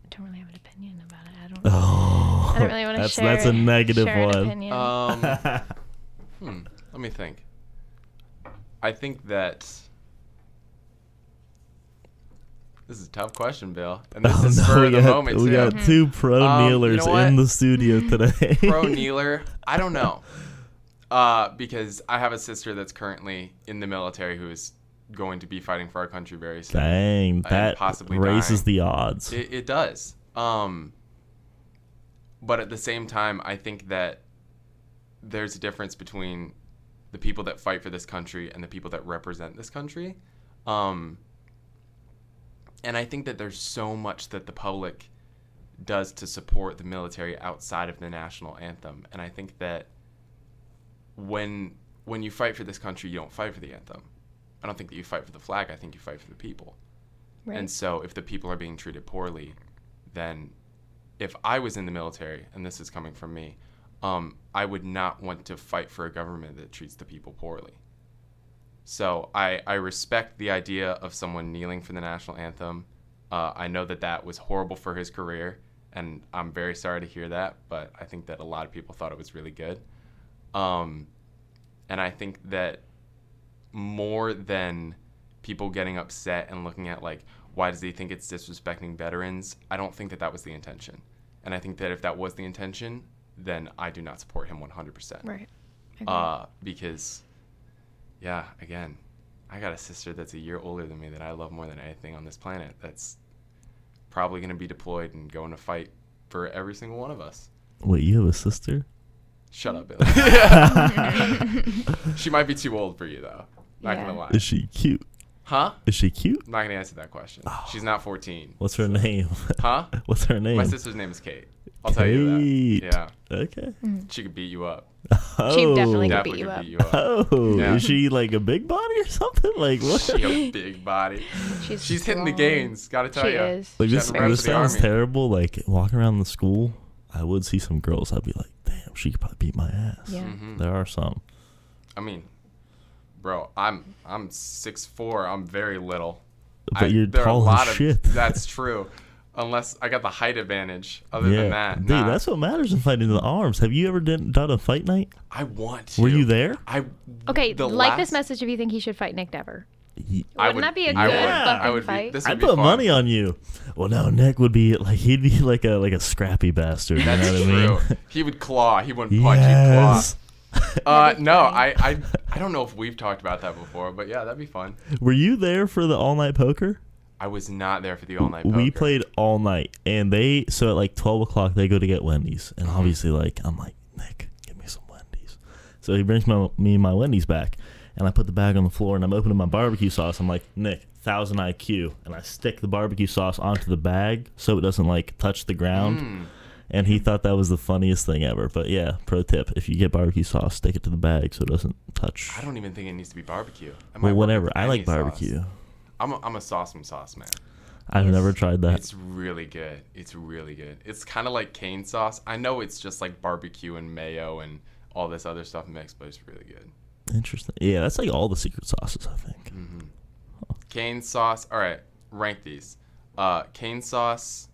don't really have an opinion about it. I don't. Oh, I don't really want to that's, share. That's a negative share an one. opinion. Um, *laughs* hmm, let me think. I think that this is a tough question, Bill. And this is spur Oh, we of the got, moment we too. got *laughs* Mm-hmm. two pro Um, you kneelers know in what? the studio today. pro kneeler. I don't know. Uh, because I have a sister that's currently in the military who is going to be fighting for our country very *laughs* soon. Dang, that possibly raises dying. the odds. It, it does. Um, but at the same time, I think that there's a difference between the people that fight for this country and the people that represent this country. Um, and I think that there's so much that the public does to support the military outside of the national anthem. And I think that when when you fight for this country, you don't fight for the anthem. I don't think that you fight for the flag. I think you fight for the people. right. And so if the people are being treated poorly, then if I was in the military, and this is coming from me, um, I would not want to fight for a government that treats the people poorly. So I, I respect the idea of someone kneeling for the national anthem. Uh, I know that that was horrible for his career, and I'm very sorry to hear that, but I think that a lot of people thought it was really good. Um, and I think that more than people getting upset and looking at like why does he think it's disrespecting veterans i don't think that that was the intention and i think that if that was the intention then i do not support him 100% right. Mm-hmm. uh, because yeah again i got a sister that's a year older than me that i love more than anything on this planet that's probably going to be deployed and going to fight for every single one of us Wait, you have a sister? shut *laughs* up billy *laughs* she might be too old for you though not Yeah. gonna lie Is she cute? huh Is she cute? I'm not gonna answer that question. Oh. She's not 14. What's her name? *laughs* Huh? What's her name? My sister's name is Kate. I'll tell you Kate. that. Yeah, Okay. she could beat you up. Oh. Mm. She definitely could Definitely beat you could up. beat you *laughs* up. Oh, Yeah. is she like a big body or something? Like what? She a big body. She's, She's hitting the strong. gains. Gotta tell She you. is. Like She this, had to run this for the sounds army. terrible. Like walking around the school, I would see some girls. I'd be like, damn, she could probably beat my ass. Yeah. Mm-hmm. There are some. I mean, bro, I'm I'm six four. I'm very little. But I- you're there are a tall lot as of, shit. *laughs* That's true. Unless I got the height advantage. Other than that, dude, nah. that's what matters in fighting the arms. Have you ever done, done a fight night? I want. To. Were you there? I Okay, the like last- this message if you think he should fight Nick Dever. Ye- I Wouldn't would- that be a I good would- Yeah. I would be- fucking this I would be put fun. money on you. Well, no, Nick would be like he'd be like a like a scrappy bastard. You That's know what true. I mean? He would claw. He wouldn't punch. *laughs* Yes. He'd claw. Uh, no, I, I, I don't know if we've talked about that before, but yeah, that'd be fun. Were you there for the all night poker? I was not there for the all night. we played all night, and they so at like twelve o'clock they go to get Wendy's, and Mm-hmm. obviously like I'm like Nick, give me some Wendy's. So he brings my, me my Wendy's back, and I put the bag on the floor, and I'm opening my barbecue sauce. I'm like Nick, thousand IQ, and I stick the barbecue sauce onto the bag so it doesn't like touch the ground. Mm. And he thought that was the funniest thing ever. But yeah, pro tip: if you get barbecue sauce, stick it to the bag so it doesn't touch. I don't even think it needs to be barbecue. I might Well, work whatever. with I any like sauce. barbecue. I'm a, I'm a sauce and sauce man. I've never tried that. It's really good. It's really good. It's kind of like cane sauce. I know it's just like barbecue and mayo and all this other stuff mixed, but it's really good. Interesting. Yeah, that's like all the secret sauces, I think. Cane sauce. All right, rank these. Uh, cane sauce.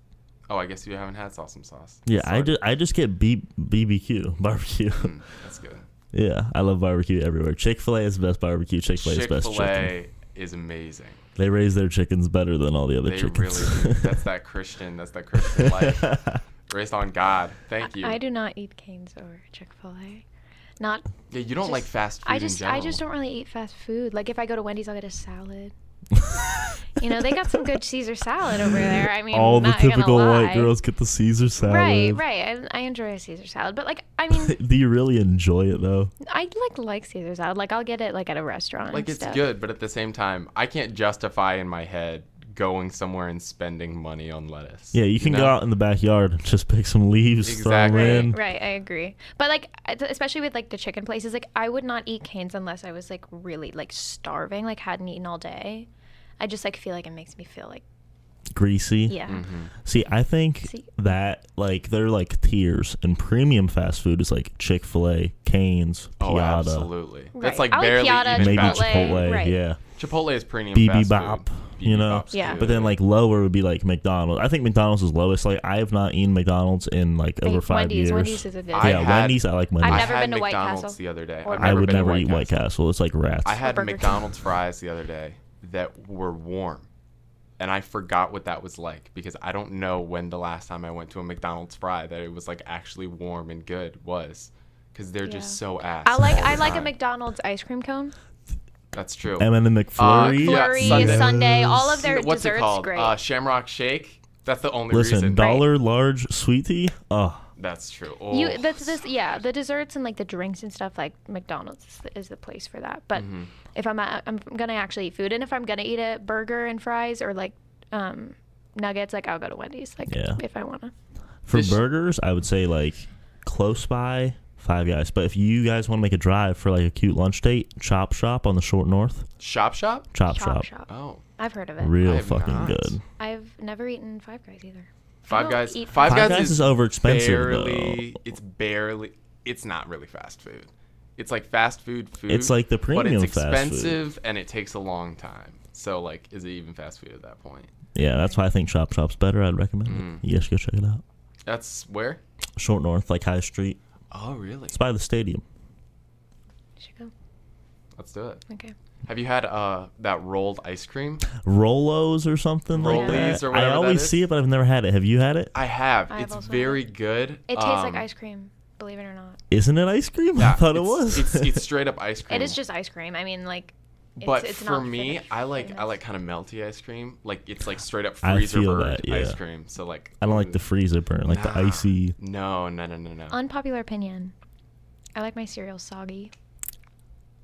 Oh, I guess you haven't had sauce and sauce. Yeah, I Sorry. just I just get B- BBQ *laughs* barbecue. Mm, that's good. yeah, I love barbecue everywhere. Chick Fil A is the best barbecue. Chick Fil A is Chick best Fil chicken. A is amazing. They raise their chickens better than all the other They chickens. *laughs* really. do. That's that Christian. That's that Christian life. Raised on God. Thank you. I do not eat canes or Chick Fil A. Not. Yeah, you don't just- like fast food I just in general. I just don't really eat fast food. Like if I go to Wendy's, I'll get *laughs* a salad. You know, they got some good Caesar salad over there. I mean, all the not gonna typical white lie. girls get the Caesar salad. Right, right. I, I enjoy a Caesar salad, but like, *laughs* I mean, Do you really enjoy it though? I like like Caesar salad. Like, I'll get it like at a restaurant. like and it's stuff. good, but at the same time, I can't justify in my head going somewhere and spending money on lettuce. Yeah, you can know? go out in the backyard and just pick some leaves, throw Exactly. them in. Right, right, I agree. But like, I- especially with like the chicken places, like I would not eat canes unless I was like really like starving, like hadn't eaten all day. I just like feel like it makes me feel like Greasy. yeah. Mm-hmm. See, I think See- that like they're like tiers, and premium fast food is like Chick Fil A, Canes, Oh, Piada, absolutely. That's Right. like I like barely Piada, even maybe fast Chipotle, food. Chipotle. right. Yeah, Chipotle is premium BB fast Bop, food. you know? Bop's Yeah. but then like lower would be like McDonald's. I think McDonald's is lowest. Like I have not eaten McDonald's in like over Like, five Wendy's, years. Wendy's is a I yeah, had- Wendy's. I like Wendy's. I i never had been to White McDonald's Castle. the other day. Or I've I never would been to never eat White Castle. It's like rats. I had Burger King. McDonald's fries the other day that were warm, and I forgot what that was like because I don't know when the last time I went to a McDonald's fry that it was like actually warm and good was, because they're just Yeah. so ass. I like all the I like a time. McDonald's ice cream cone, That's true. M and the McFlurry. Yeah, flurry, Uh, Sunday. Sunday. all of their What's it desserts called? great. Uh, Shamrock Shake. That's the only Listen, reason. dollar large sweet tea. Oh, That's true. Oh, you that's this yeah the desserts and like the drinks and stuff like McDonald's is the, is the place for that. But Mm-hmm. if I'm at, I'm gonna actually eat food, and if I'm gonna eat a burger and fries or like um nuggets, like I'll go to Wendy's like Yeah. if I wanna. For This- burgers, I would say like close by Five Guys. But if you guys want to make a drive for like a cute lunch date, Chop Shop on the Short North. Shop Shop. Chop, Chop Shop. shop. Oh, I've heard of it. Real I've fucking not. good. I've never eaten Five Guys either. I Five don't Guys. eat Five, Five Guys, Guys is is, overexpensive, though. Barely. It's barely. It's not really fast food. It's like fast food food. It's like the But premium it's fast food. expensive and it takes a long time. So like, is it even fast food at that point? Yeah, that's why I think Chop Shop's better. I'd recommend Mm. it. You guys go check it out. That's where. Short North, like High Street. Oh really? It's by the stadium. Should go. Let's do it. Okay. Have you had uh that rolled ice cream? Rolos or something like Rollies that. or I whatever that always is. see it, but I've never had it. Have you had it? I have. I've it's also had very it. good. It tastes like Um, ice cream, believe it or not. Isn't it ice cream? *laughs* I yeah, thought it it's- was. *laughs* It's, it's straight up ice cream. It is just ice cream. I mean, like. It's, But it's for not me, finished I like I famous. like kind of melty ice cream. Like it's like straight up I freezer feel bird that, yeah. ice cream. So like I don't like the freezer burn, like the nah. icy. No, no, no, no, no. Unpopular opinion. I like my cereal soggy.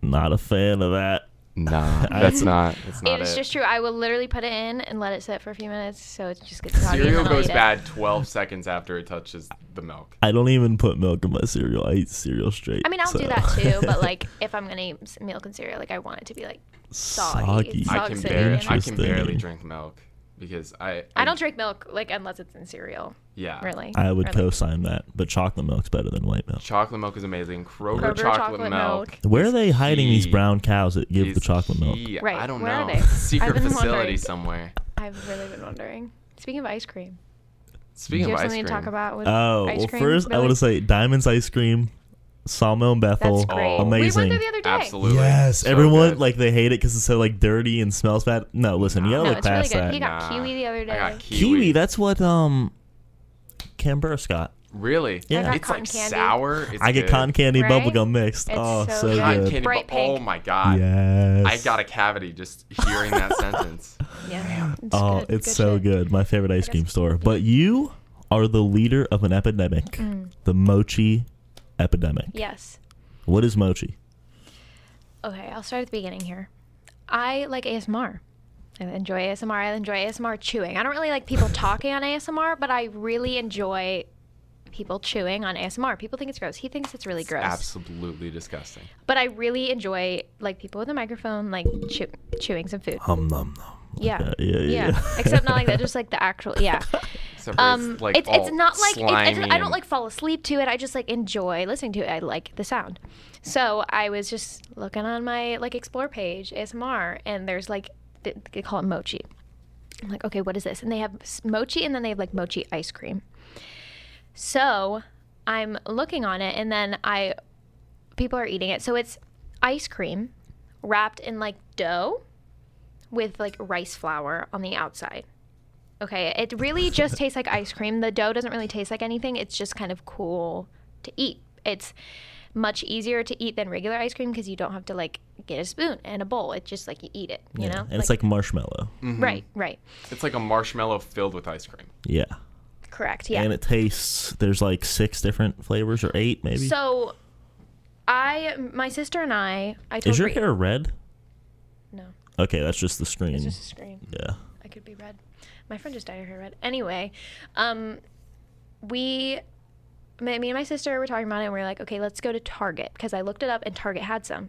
Not a fan of that. *laughs* nah, *laughs* that's not. That's it is just true. I will literally put it in and let it sit for a few minutes, so it just gets soggy. and Cereal then I'll goes eat it. bad 12 seconds after it touches the milk. I don't even put milk in my cereal. I eat cereal straight. I mean, I'll so. do that too, *laughs* *laughs* but like if I'm gonna eat s- milk and cereal, like I want it to be like soggy. Soggy. It's I I sog can city, barely you know? I can barely Interesting. drink milk because I I don't drink milk like unless it's in cereal, yeah. really. I would Or, like, co-sign that, but chocolate milk's better than white milk. Chocolate milk is amazing. Kroger, Kroger chocolate, chocolate milk. milk. Where are they hiding these key. brown cows that give the is chocolate milk? key. Right, I don't where are know. they? I've Secret been facility wondering. somewhere. I've really been wondering. Speaking of ice cream, do Speaking you of have ice something cream. to talk about with Oh, ice well, cream? first I Really? want to say Diamonds ice cream, Sawmill and Bethel, that's great. amazing. We went there the other day. Absolutely. Yes, So everyone good. like they hate it because it's so like dirty and smells bad. No, listen, you No, gotta No, look it's really past good. that. He got kiwi the other I got day. kiwi, that's what um, Cam Burr Scott Really? Yeah. I got It's like cotton candy. sour. It's I get good. cotton candy Right? bubblegum mixed. It's oh, so so, good. Cotton good. candy. Bright but oh pink. my god. Yes. I got a cavity just hearing *laughs* that sentence. Yeah. Oh, good- it's good so shit. good. My favorite ice guess- cream store. But you are the leader of an epidemic, Mm. the mochi epidemic. Yes. What is mochi? Okay, I'll start at the beginning here. I like ASMR. I enjoy ASMR. I enjoy ASMR chewing. I don't really like people talking on ASMR, but I really enjoy people chewing on ASMR. People think it's gross. He thinks it's really gross. Absolutely disgusting. But I really enjoy like people with a microphone like chew- chewing some food. Hum nom nom. Yeah. Oh, Yeah, yeah, yeah. Except not like that, just like the actual *laughs* yeah. Except for Um it's like it's, it's all not like it, I, slimy just, I and- don't like fall asleep to it. I just like enjoy listening to it. I like the sound. So I was just looking on my like explore page ASMR and there's like they, they call it mochi. I'm like, okay, what is this? And they have s- mochi and then they have like mochi ice cream. So I'm looking on it and then I people are eating it. So it's ice cream wrapped in like dough with like rice flour on the outside. Okay, it *laughs* really just tastes like ice cream. The dough doesn't really taste like anything. It's just kind of cool to eat. It's much easier to eat than regular ice cream because you don't have to like get a spoon and a bowl. It's just like you eat it, you Yeah. know? and it's like mm-hmm. marshmallow. right, right. it's like a marshmallow filled with ice cream. Yeah. Correct. Yeah. And it tastes. There's like six different flavors or eight maybe. So I my sister and I I told is your Rhi- hair red? No. Okay, that's just the screen. It's just a screen. yeah. I could be red. My friend just dyed her hair red. Anyway, um, we, me me and my sister were talking about it, and we were like, okay, let's go to Target because I looked it up and Target had some.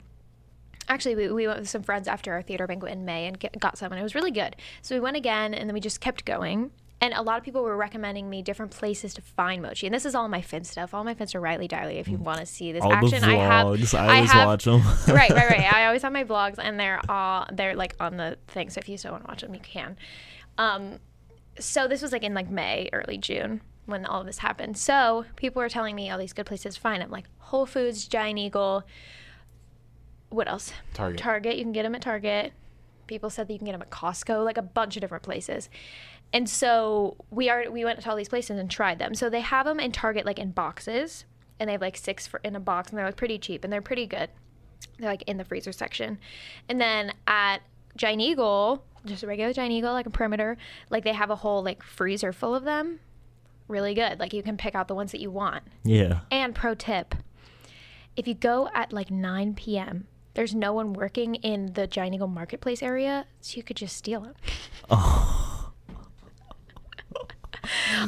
Actually, we, we went with some friends after our theater banquet in May and get, got some, and it was really good. So we went again, and then we just kept going. And a lot of people were recommending me different places to find mochi. And this is all my Fin stuff. All my Fins are Riley Diley. If you want to see this Mm. All action, the I have. vlogs. I, always have, watch them. *laughs* right, right, right. I always have my vlogs, and they're all they're like on the thing. So if you still want to watch them, you can. Um, so this was like in like May, early June when all of this happened. So people were telling me all these good places to find them, like Whole Foods, Giant Eagle. What else? Target. Target. You can get them at Target. People said that you can get them at Costco, like a bunch of different places. And so we are we went to all these places and tried them. So they have them in Target like in boxes, and they have like six for, in a box, and they're like pretty cheap and they're pretty good. They're like in the freezer section, and then at Giant Eagle, just a regular Giant Eagle, like a perimeter, like they have a whole like freezer full of them. Really good. Like you can pick out the ones that you want. yeah. And pro tip if you go at like 9 p.m., there's no one working in the Giant Eagle Marketplace area, so you could just *laughs* steal them.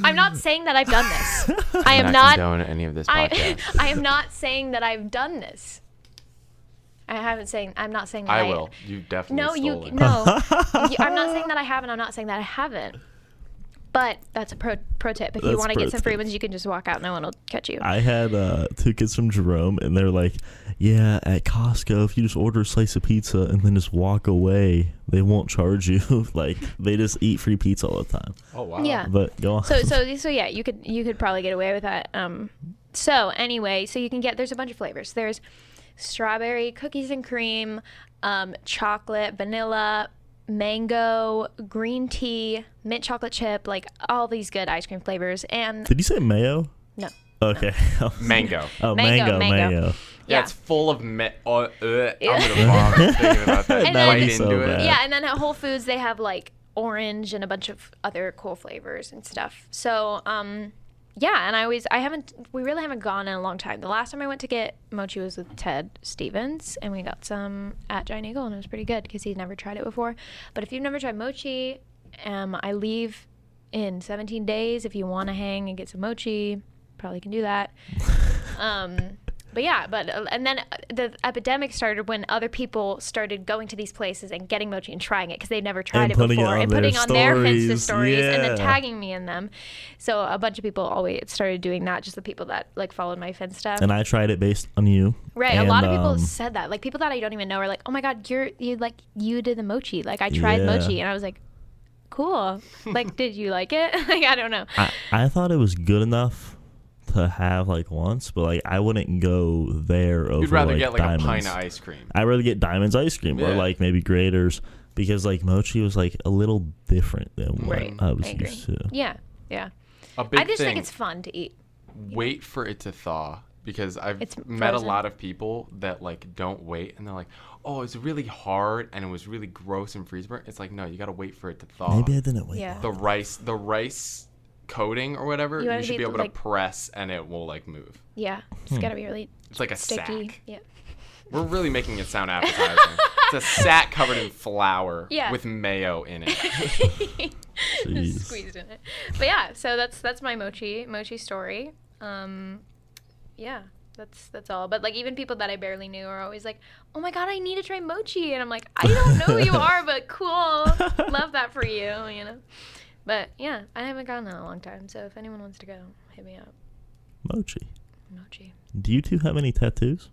I'm not saying that I've *laughs* done this. I am not. condone any of this I, *laughs* I am not saying that I've done this. I haven't saying. I'm not saying. That I will. You definitely No, you stole it. *laughs* no. You- I'm not saying that I haven't. I'm not saying that I haven't. But that's a pro pro tip. If you That's want to pro get some free tip. ones, you can just walk out. No one will catch you. I had uh, two kids from Jerome, and they're like, "Yeah, at Costco, if you just order a slice of pizza and then just walk away, they won't charge you. *laughs* like they just eat free pizza all the time." Oh wow. yeah. But go on. Uh, So so so yeah, you could you could probably get away with that. Um, so anyway, so you can get there's a bunch of flavors. There's strawberry cookies and cream, um, chocolate, vanilla, mango, green tea, mint chocolate chip, like all these good ice cream flavors. And *laughs* Did you say mayo? no, Okay. *laughs* Mango. oh, mango, mango. Mango, mango. Yeah, Yeah. it's full of me- oh, ugh, I'm gonna vomit thinking about that. *laughs* And That would Bite be so into it. bad. yeah, and then at Whole Foods they have like orange and a bunch of other cool flavors and stuff. So um, yeah, and I always I haven't we really haven't gone in a long time. The last time I went to get mochi was with Ted Stevens, and we got some at Giant Eagle, and it was pretty good because he'd never tried it before. But if you've never tried mochi, um, I leave in 17 days. If you want to hang and get some mochi, probably can do that. Um, but yeah, but uh, and then uh, the epidemic started when other people started going to these places and getting mochi and trying it because they'd never tried And it putting it before on and their putting on their Insta stories, stories and then yeah. tagging me in them. So a bunch of people always started doing that. Just the people that like followed my Finsta. And I tried it based on you. Right, a And, lot of people um, said that. Like people that I don't even know are like, "Oh my god, you're you like you did the mochi. Like I tried Yeah. mochi and I was like, cool. Like did you like it? *laughs* like I don't know. I, I thought it was good enough to have like once, but like I wouldn't go there over. You'd rather like, get like diamonds. a pint of ice cream. I'd rather get diamonds ice cream or Yeah. like maybe graters because like mochi was like a little different than what Right, I was I agree. used to. Yeah, yeah. A big I just thing. think it's fun to eat. wait for it to thaw because I've It's met a frozen. lot of people that like don't wait and they're like, "Oh, it's really hard and it was really gross and freeze burn." It's like, "No, you got to wait for it to thaw." Maybe I didn't wait. Yeah. that the rice, the rice coating or whatever, You you, wanna should be, be able like- to press and it will like move. Yeah, it's Hmm. gotta be really It's like a sticky. sack. *laughs* Yeah. We're really making it sound appetizing. it's a *laughs* sack covered in flour Yeah. with mayo in it. *laughs* Jeez. Squeezed in it. But yeah, so that's that's my mochi mochi story. Um, yeah, that's that's all. But like even people that I barely knew are always like, "Oh my god, I need to try mochi," and I'm like, "I don't know who you are, but cool, love that for you," you know. But yeah, I haven't gone in a long time, so if anyone wants to go, hit me up. Mochi. Mochi. Do you two have any tattoos?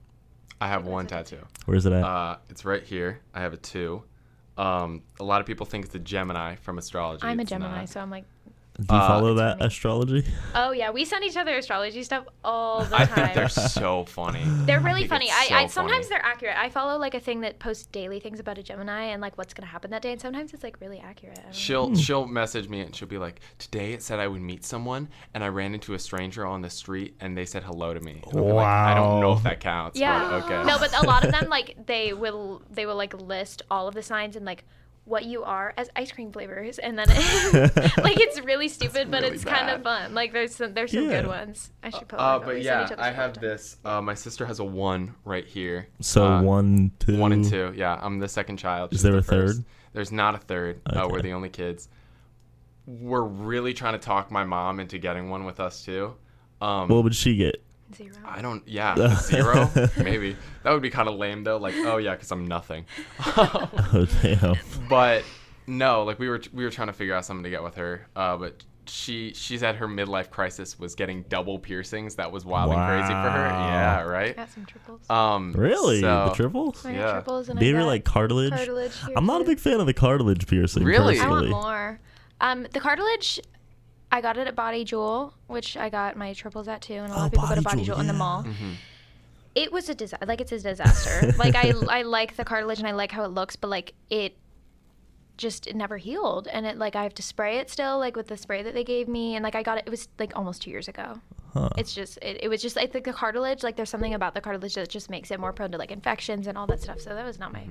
I have one tattoo. Where is it at? Uh, it's right here. I have a two. Um, a lot of people think it's a Gemini from astrology. I'm a It's Gemini, not. so I'm like, Do you uh, follow It's that funny. astrology? oh yeah, we send each other astrology stuff all the I time. think they're so *laughs* funny. They're I really think funny. it's I, so I funny. sometimes they're accurate. I follow like a thing that posts daily things about a Gemini and like what's gonna happen that day, and sometimes it's like really accurate. I don't know. She'll she'll message me and she'll be like, "Today it said I would meet someone, and I ran into a stranger on the street, and they said hello to me." And I'll be like, I don't know if that counts. yeah. But okay. No, but a lot of *laughs* them like they will they will like list all of the signs and like what you are as ice cream flavors, and then *laughs* like it's really stupid, but really it's kind bad. of fun. Like there's some there's some Yeah. good ones. I should put. Uh, like, but we send yeah, each other I stuff all have the time. this. Uh, my sister has a one right here. So Uh, one, two. One and two. Yeah, I'm the second child. Is she's there the a third? first. There's not a third. Uh, we're Okay. the only kids. We're really trying to talk my mom into getting one with us too. Um, What would she get? *laughs* Zero. I don't. Yeah, a zero. maybe that would be kind of lame though. Like, oh yeah, because I'm nothing. Oh *laughs* damn. but no, like we were we were trying to figure out something to get with her. Uh, but she she's at her midlife crisis. Was getting double piercings. That was wild and crazy for her. Wow. Yeah, right. Got some triples. Um, Really? so- the triples? I got yeah. triples and I They were got like cartilage. cartilage here I'm not a too. big fan of the cartilage piercing. Really? I want personally. more. Um, the cartilage, I got it at Body Jewel, which I got my triples at too, and a lot Oh, of people go to Body Body Jewel, Jewel in the yeah. Mm-hmm. mall. It was a disaster. Like it's *laughs* a disaster. like I, I like the cartilage and I like how it looks, but like it just it never healed and it like i have to spray it still like with the spray that they gave me and like i got it it was like almost two years ago Huh. it's just it, it was just like the, the cartilage like there's something about the cartilage that just makes it more prone to like infections and all that stuff so that was not my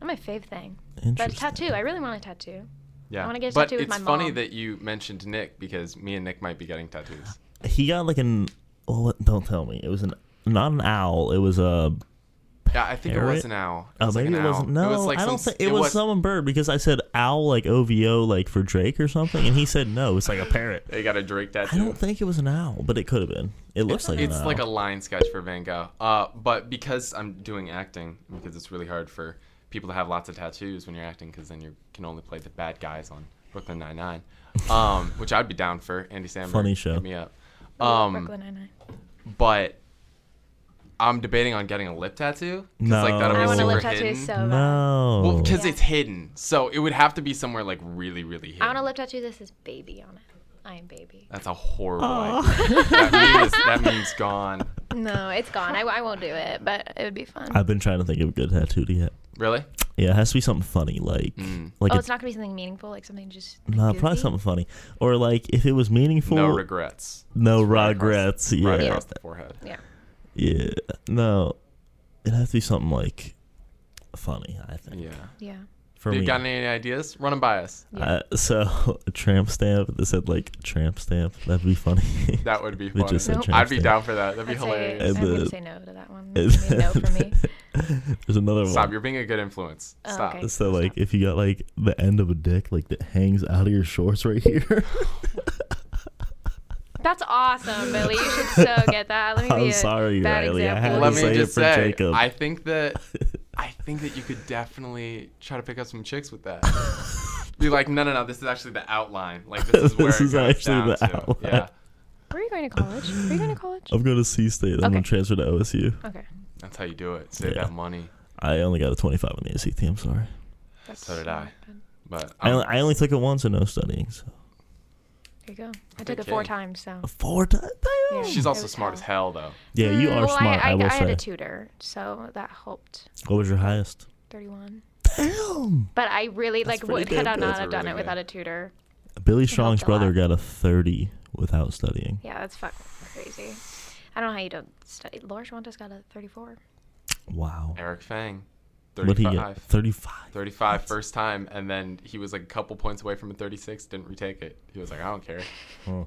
not my fave thing but Mm-hmm. Interesting. tattoo i really want a tattoo Yeah. I wanna get a but tattoo with it's my funny mom. that you mentioned Nick because me and Nick might be *gasps* getting tattoos. he got like an. Oh, what- don't tell me. It was an not an owl. It was a. Yeah, I think it was Parrot? an owl. Oh, was like maybe an it wasn't. owl. No, It was like I don't some- think it, was, was- some bird because I said owl like OVO like for Drake or something, and he said no. It's like a parrot. They got a Drake tattoo. I don't think it was an owl, but it could have been. It looks like it's an like a owl. line sketch for Van Gogh. Uh, but because I'm doing acting, because it's really hard for people to have lots of tattoos when you're acting, because then you can only play the bad guys on Brooklyn Nine Nine, um, which I'd be down for. Andy Samberg, Funny show. hit me up. Love Um, Brooklyn Nine-Nine. but I'm debating on getting a lip tattoo. 'cause, No. like that'll be I want a super lip tattoo hidden. so bad. no. Well, because Yeah. it's hidden, so it would have to be somewhere like really, really hidden. I want a lip tattoo that says baby on it. I am baby. That's a horrible idea. that, meme is, that meme's gone. No, it's gone. I, I won't do it, but it would be fun. I've been trying to think of a good tattoo to get. Really? Yeah, it has to be something funny, like Mm. like oh, a- it's not gonna be something meaningful, like something just. nah, goofy? probably something funny, or like if it was meaningful, No regrets. no Right across- regrets. Yeah, Right across the forehead. Yeah. yeah. No, it has to be something like funny. I think Yeah. Yeah. for you me. got any ideas? Run them by us. Uh, so *laughs* a tramp stamp that said like tramp stamp. That'd be funny. *laughs* That would be We funny. just said Nope. tramp I'd be stamp. down for that. That'd be I'd say, hilarious. And I'm gonna the- say no to that *laughs* one. That's gonna be no *laughs* for me. There's another Stop. one. You're being a good influence. Oh, Stop. okay. So like if you got like the end of a dick like that hangs out of your shorts right *laughs* here. *laughs* That's awesome, Billy. You should so get that. Let me I'm be a sorry, bad Riley. I example. had Let to me say it just for say, Jacob. I think that I think that you could definitely try to pick up some chicks with that. Be like, no, no, no. This is actually the outline. Like this is *laughs* where This it is goes actually down the to. outline. Yeah, Were you going to college? Were you going to college? I'm going to C State. I'm going Okay. to transfer to OSU. Okay. that's how you do it. Save Yeah. that money. I only got a 25 on the ACT. I'm sorry. That's So did I. There But I I'm- only, I only took it once and no studying. So you go. I took it four Okay. times, so. four times. Yeah. she's It also was smart hell. as hell though. Yeah, you Mm, are well, smart. I, I, will I had say. a tutor, so that helped. what was your highest? 31. Damn. But I really like pretty would could damn I good. not That's have done really it good. without a tutor. Billy Strong's helped a lot. brother got a 30 without studying. Yeah, that's fucking crazy. I don't know how you don't study. Laura Schwantes got a 34. Wow. Eric Fang, What did he get? 35. 35. 35 first time, and then he was like a couple points away from a 36, didn't retake it. He was like, I don't care. Huh.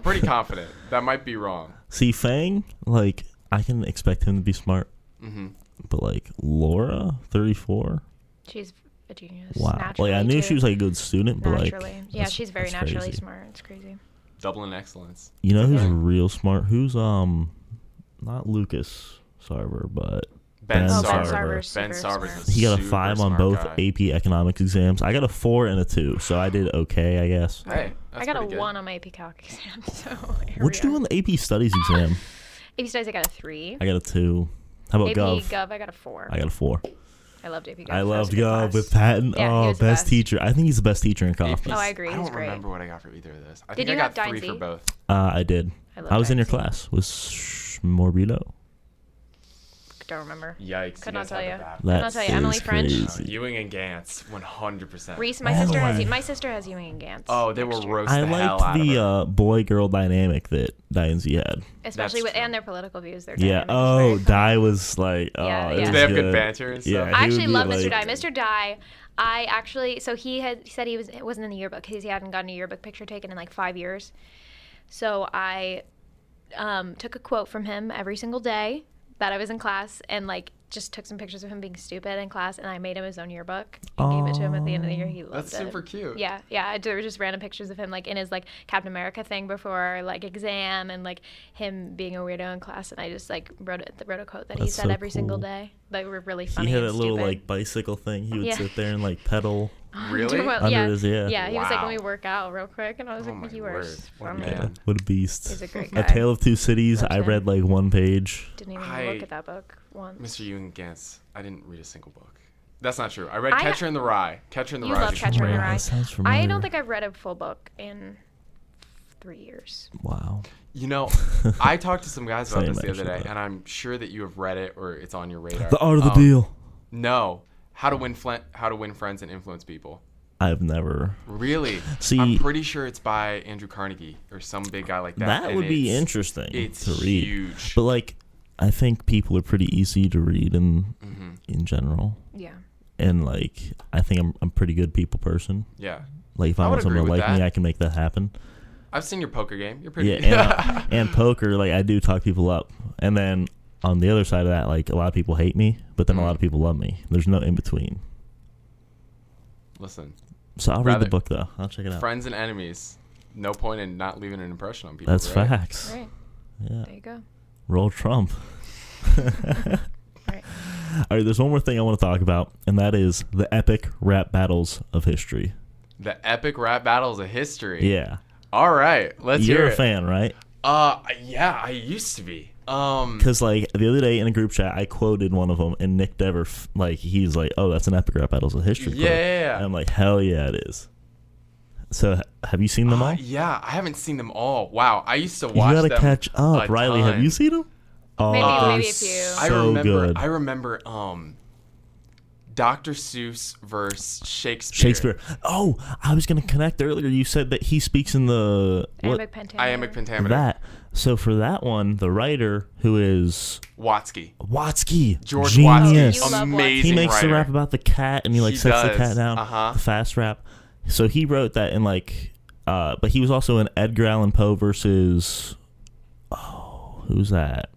*laughs* pretty confident. That might be wrong. See, Fang, like, I can expect him to be smart, hmm but like Laura, 34. She's a genius. Wow. Like, I naturally, knew too. she was like a good student, but like, naturally. yeah, that's- she's very that's naturally crazy. smart. It's crazy. Dublin excellence. You know who's Okay. real smart? Who's, um, not Lucas Sarver, but Ben, Ben oh, Sarver. Sarver. Ben Sarver's smart. a he got a Super five on smart both guy. AP economics exams. I got a four and a two, so I did okay, I guess. Hey, that's I got a pretty good. one on my AP Calc *laughs* exam, so here What'd we you do are. on the AP studies exam? AP Studies, I got a three. I got a two. How about AP Gov? Gov, I got a four. I got a four. I loved AP Gov. I That was loved a good Gov class. with Patton. Yeah, he oh, best, was the best. teacher. I think he's the best teacher in Kaufman. Oh, I agree, I he's don't great. remember what I got for either of those. I think Did I you got have three Dynasty? for both. Uh, I did. I I, love was in your Dynasty. class with Sh- Morbido. Don't remember. Yikes. Could you guys had not tell the you. bad That I'll tell you, is Emily French. ones. crazy. Ewing and Gantz, 100%. Reese, my All sister the has way. my sister has Ewing and Gantz. Oh, they were next year. roast I the hell out liked the of her. uh, boy-girl dynamic that Dai and Z had. especially That's with true. and their political views. Their Yeah. dynamic is Oh, very funny. Dai was like. Oh, Yeah, it yeah. was They have good good banter and Yeah, stuff. he I would I actually be love Mr. like- Dye. Mr. Dye, I actually so he had he said he was it wasn't in the yearbook because he hadn't gotten a yearbook picture taken in like five years. So I um, took a quote from him every single day that I was in class and like just took some pictures of him being stupid in class and I made him his own yearbook and gave it to him at the end of the year. He loved That's it. super cute. Yeah, yeah. I- There were just random pictures of him, like in his like Captain America thing before like exam, and like him being a weirdo in class. And I just like wrote a, wrote a quote that he That's said so every single cool. day. They were really He funny. had and that little stupid. like bicycle thing. He would Yeah. sit there and like pedal. *laughs* Really? Well, Under yeah, his- yeah. yeah. He was like, Wow. "Let me work out real quick," and I was Oh my like, "You are word. so What a funny." man. What a beast! He's a great A guy. Tale of Two Cities. Loves I him. read like one page. Didn't even I- look at that book once. Mr. Ewing Gantz, I didn't read a single book. That's not true. I read I ha- Catcher in the Rye. Catcher in the You Rye. love is a Catcher in the great- Wow, Rye. that sounds I familiar. don't think I've read a full book in three years. Wow. *laughs* You know, I talked to some guys about Same, this the other actually, day, but- and I'm sure that you have read it or it's on your radar. The Art of the Um, Deal. No, How to Win Fl- How to Win Friends and Influence People. I've never. Really? I'm See- pretty sure it's by Andrew Carnegie or some big guy like that. That and would be it's- interesting It's to read. huge. But like, I think people are pretty easy to read in Mm-hmm. in general, Yeah. and like, I think I'm I'm a pretty good people person. yeah. Like, if I I, would want someone to agree with like me, that. I can make that happen. I've seen your poker game. You're pretty. *laughs* Yeah, and, uh, and poker, like, I do talk people up, and then on the other side of that, like, a lot of people hate me, but Mm. then a lot of people love me. There's no in between. Listen, So I'll read Rather- the book though. I'll check it out. friends and enemies. No point in not leaving an impression on people. That's right? facts. All right. Yeah. There you go. Roll Trump. *laughs* All right. All right, there's one more thing I want to talk about, and that is the epic rap battles of history. The epic rap battles of history. Yeah. All right, let's You're hear a it. fan, right? Uh, yeah, I used to be. Um, Because, like, the other day in a group chat, I quoted one of them, and Nick Dever, f- like, he's like, oh, that's an epic rap battles of history. quote." Yeah, yeah, yeah. And I'm like, hell yeah, it is. So, h- have you seen them all? uh, yeah, I haven't seen them all. Wow, I used to you watch. gotta them catch up. a Riley, have ton. you seen them? Oh, Maybe- they're maybe a few. So I remember. good. I remember. Um, Dr. Seuss versus Shakespeare. Shakespeare. Oh, I was gonna connect earlier. You said that he speaks in the what? Iambic pentameter. Iambic pentameter. That. So for that one, the writer who is Watsky. Watsky, George genius. You Watsky. love Watsky. Amazing he makes writer. the rap about the cat, and he like He sets does. the cat down. Uh-huh. the fast rap. So he wrote that in like, uh, but he was also in Edgar Allan Poe versus. Oh, who's that?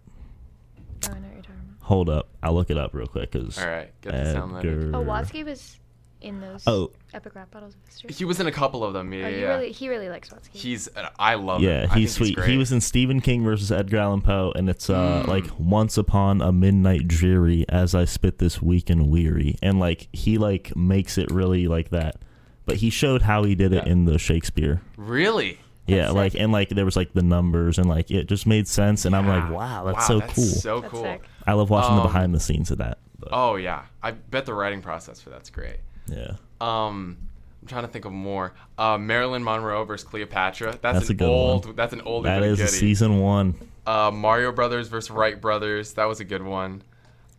Oh, I know what you're talking Hold up, I'll look it up real quick. Cause All right, get the sound Edgar. loaded. about. Oh, Watsky was in those Oh. epic rap battles of history. He was in a couple of them. Yeah, yeah. oh, you yeah. really, he really likes Watsky. He's. uh, I love him. I Yeah, think he's sweet. great. Mm. he was in Stephen King versus Edgar Allan Poe, and it's uh like once upon a midnight dreary as I spit this weak and weary, and like he like makes it really like that, but he showed how he did it Yeah. in the Shakespeare. really. Yeah, That's like sick. and like there was like the numbers and like it just made sense, and I'm like, Yeah. wow, that's so cool. So That's cool. sick. I love watching the Um, behind the scenes of that. But, Oh yeah, I bet the writing process for that's great. yeah, Um, I'm trying to think of more. Uh, Marilyn Monroe versus Cleopatra. That's, That's an a good old. That's an older. that but a is a goodie. season one. Uh, Mario Brothers versus Wright Brothers. That was a good one.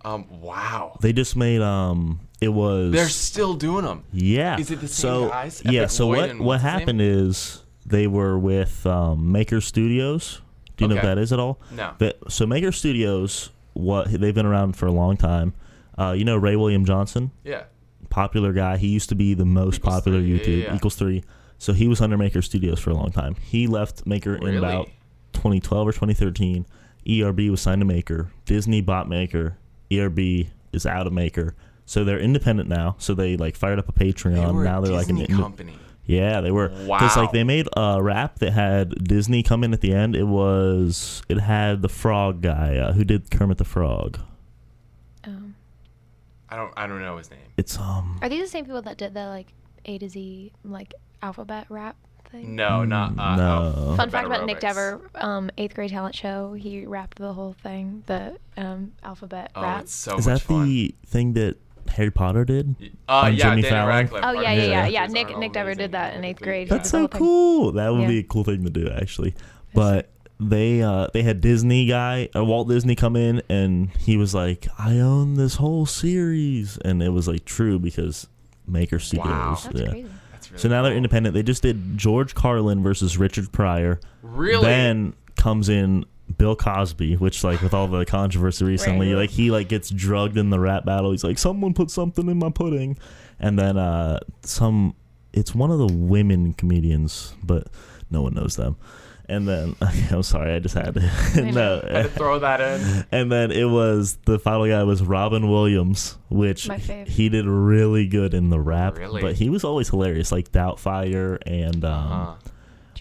Um, wow. They just made um, it was They're still doing them. Yeah. Is it the same so, guys? Yeah. Epic So Lloyd what and what what's his name? happened is They were with um, Maker Studios. Do you know Okay. what that is at all? No. That, so Maker Studios, what they've been around for a long time. Uh, you know Ray William Johnson, Yeah. popular guy. He used to be the most Equals popular three, yeah, YouTube yeah, yeah. equals three. So he was under Maker Studios for a long time. He left Maker in Really? about 2012 or 2013. ERB was signed to Maker. Disney bought Maker. ERB is out of Maker. So they're independent now. So they like fired up a They Patreon. were now a they're Disney like an inde- company. yeah, they were. Because Wow. like they made a rap that had Disney come in at the end. It was it had the frog guy uh, who did Kermit the Frog. Um, I don't. I don't know his name. It's um are these the same people that did the like A to Z like alphabet rap thing? No, not. Mm, Uh, no. Fun fact about Nick aerobics. Dever, um, eighth grade talent show, he rapped the whole thing, the um, alphabet Oh, rap. it's so is much that fun. the thing that Harry Potter did? Y- Uh, on yeah, Jimmy Daniel Fallon? Radcliffe. Oh, yeah, Arnold yeah, yeah, Schwarzenegger yeah. is Nick- Arnold Nick Dever amazing. did that in eighth grade. That's Yeah. so cool. That would Yeah. be a cool thing to do, actually. But they uh, they had Disney guy uh, Walt Disney come in, and he was like, "I own this whole series," and it was like true because Maker Studios. Wow. That's yeah. crazy. That's really So now they're cool. independent. They just did George Carlin versus Richard Pryor. Really? Then comes in Bill Cosby, which like with *sighs* all the controversy recently, Right. like he like gets drugged in the rap battle. He's like, someone put something in my pudding, and then uh some. It's one of the women comedians, but no one knows them. And then *laughs* I'm sorry, I just had to. *laughs* We know. Had no, to throw that in. *laughs* and then it was the final guy was Robin Williams, which My fave. he did really good in the rap, Really? but he was always hilarious, like Doubtfire and um, Uh,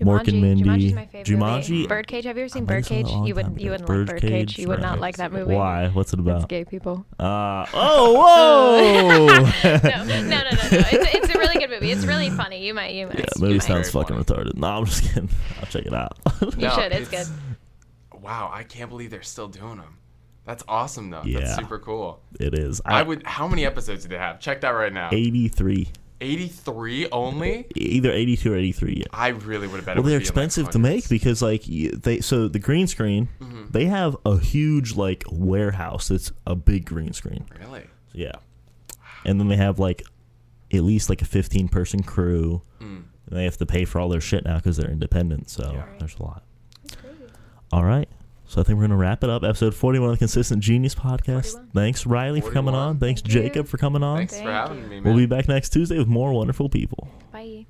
Mork and Jumanji- Mindy. Jumanji's my favorite Jumanji- movie. Birdcage. Have you ever seen I saw that a Birdcage? long You time wouldn't. You ago. wouldn't like Birdcage. Birdcage, You would no. not like that movie. why? What's it It's about? gay people. *laughs* Uh, *laughs* oh, whoa! *laughs* no, no, no, no, no. It's, it's a really good movie. It's really funny. You might, you might. that It's movie very sounds funny. fucking retarded. No, I'm just kidding. I'll check it *laughs* out. You No, should. It's, it's- good. wow, I can't believe they're still doing them. That's awesome though. Yeah. Uh, That's super cool. it is. I would. How many episodes do they have? Check that right now. 83, 83 only. either 82 or 83. Yeah. I really would have bet. it Well, they're would be in, like, expensive to make hundreds. because like y- they so the green screen, Mm-hmm. they have a huge like warehouse that's a big green screen. Really? Yeah. And then they have like at least like a 15 person crew. And they have to pay for all their shit now because they're independent. So Mm. Yeah. there's a lot. All right. So I think we're going to wrap it up. Episode 41 of the Consistent Genius Podcast. 41. Thanks, Riley, for coming 41. on. Thanks, Thank you. Jacob, for coming on. Thanks for Thank having you. me, man. We'll be back next Tuesday with more wonderful people. Bye.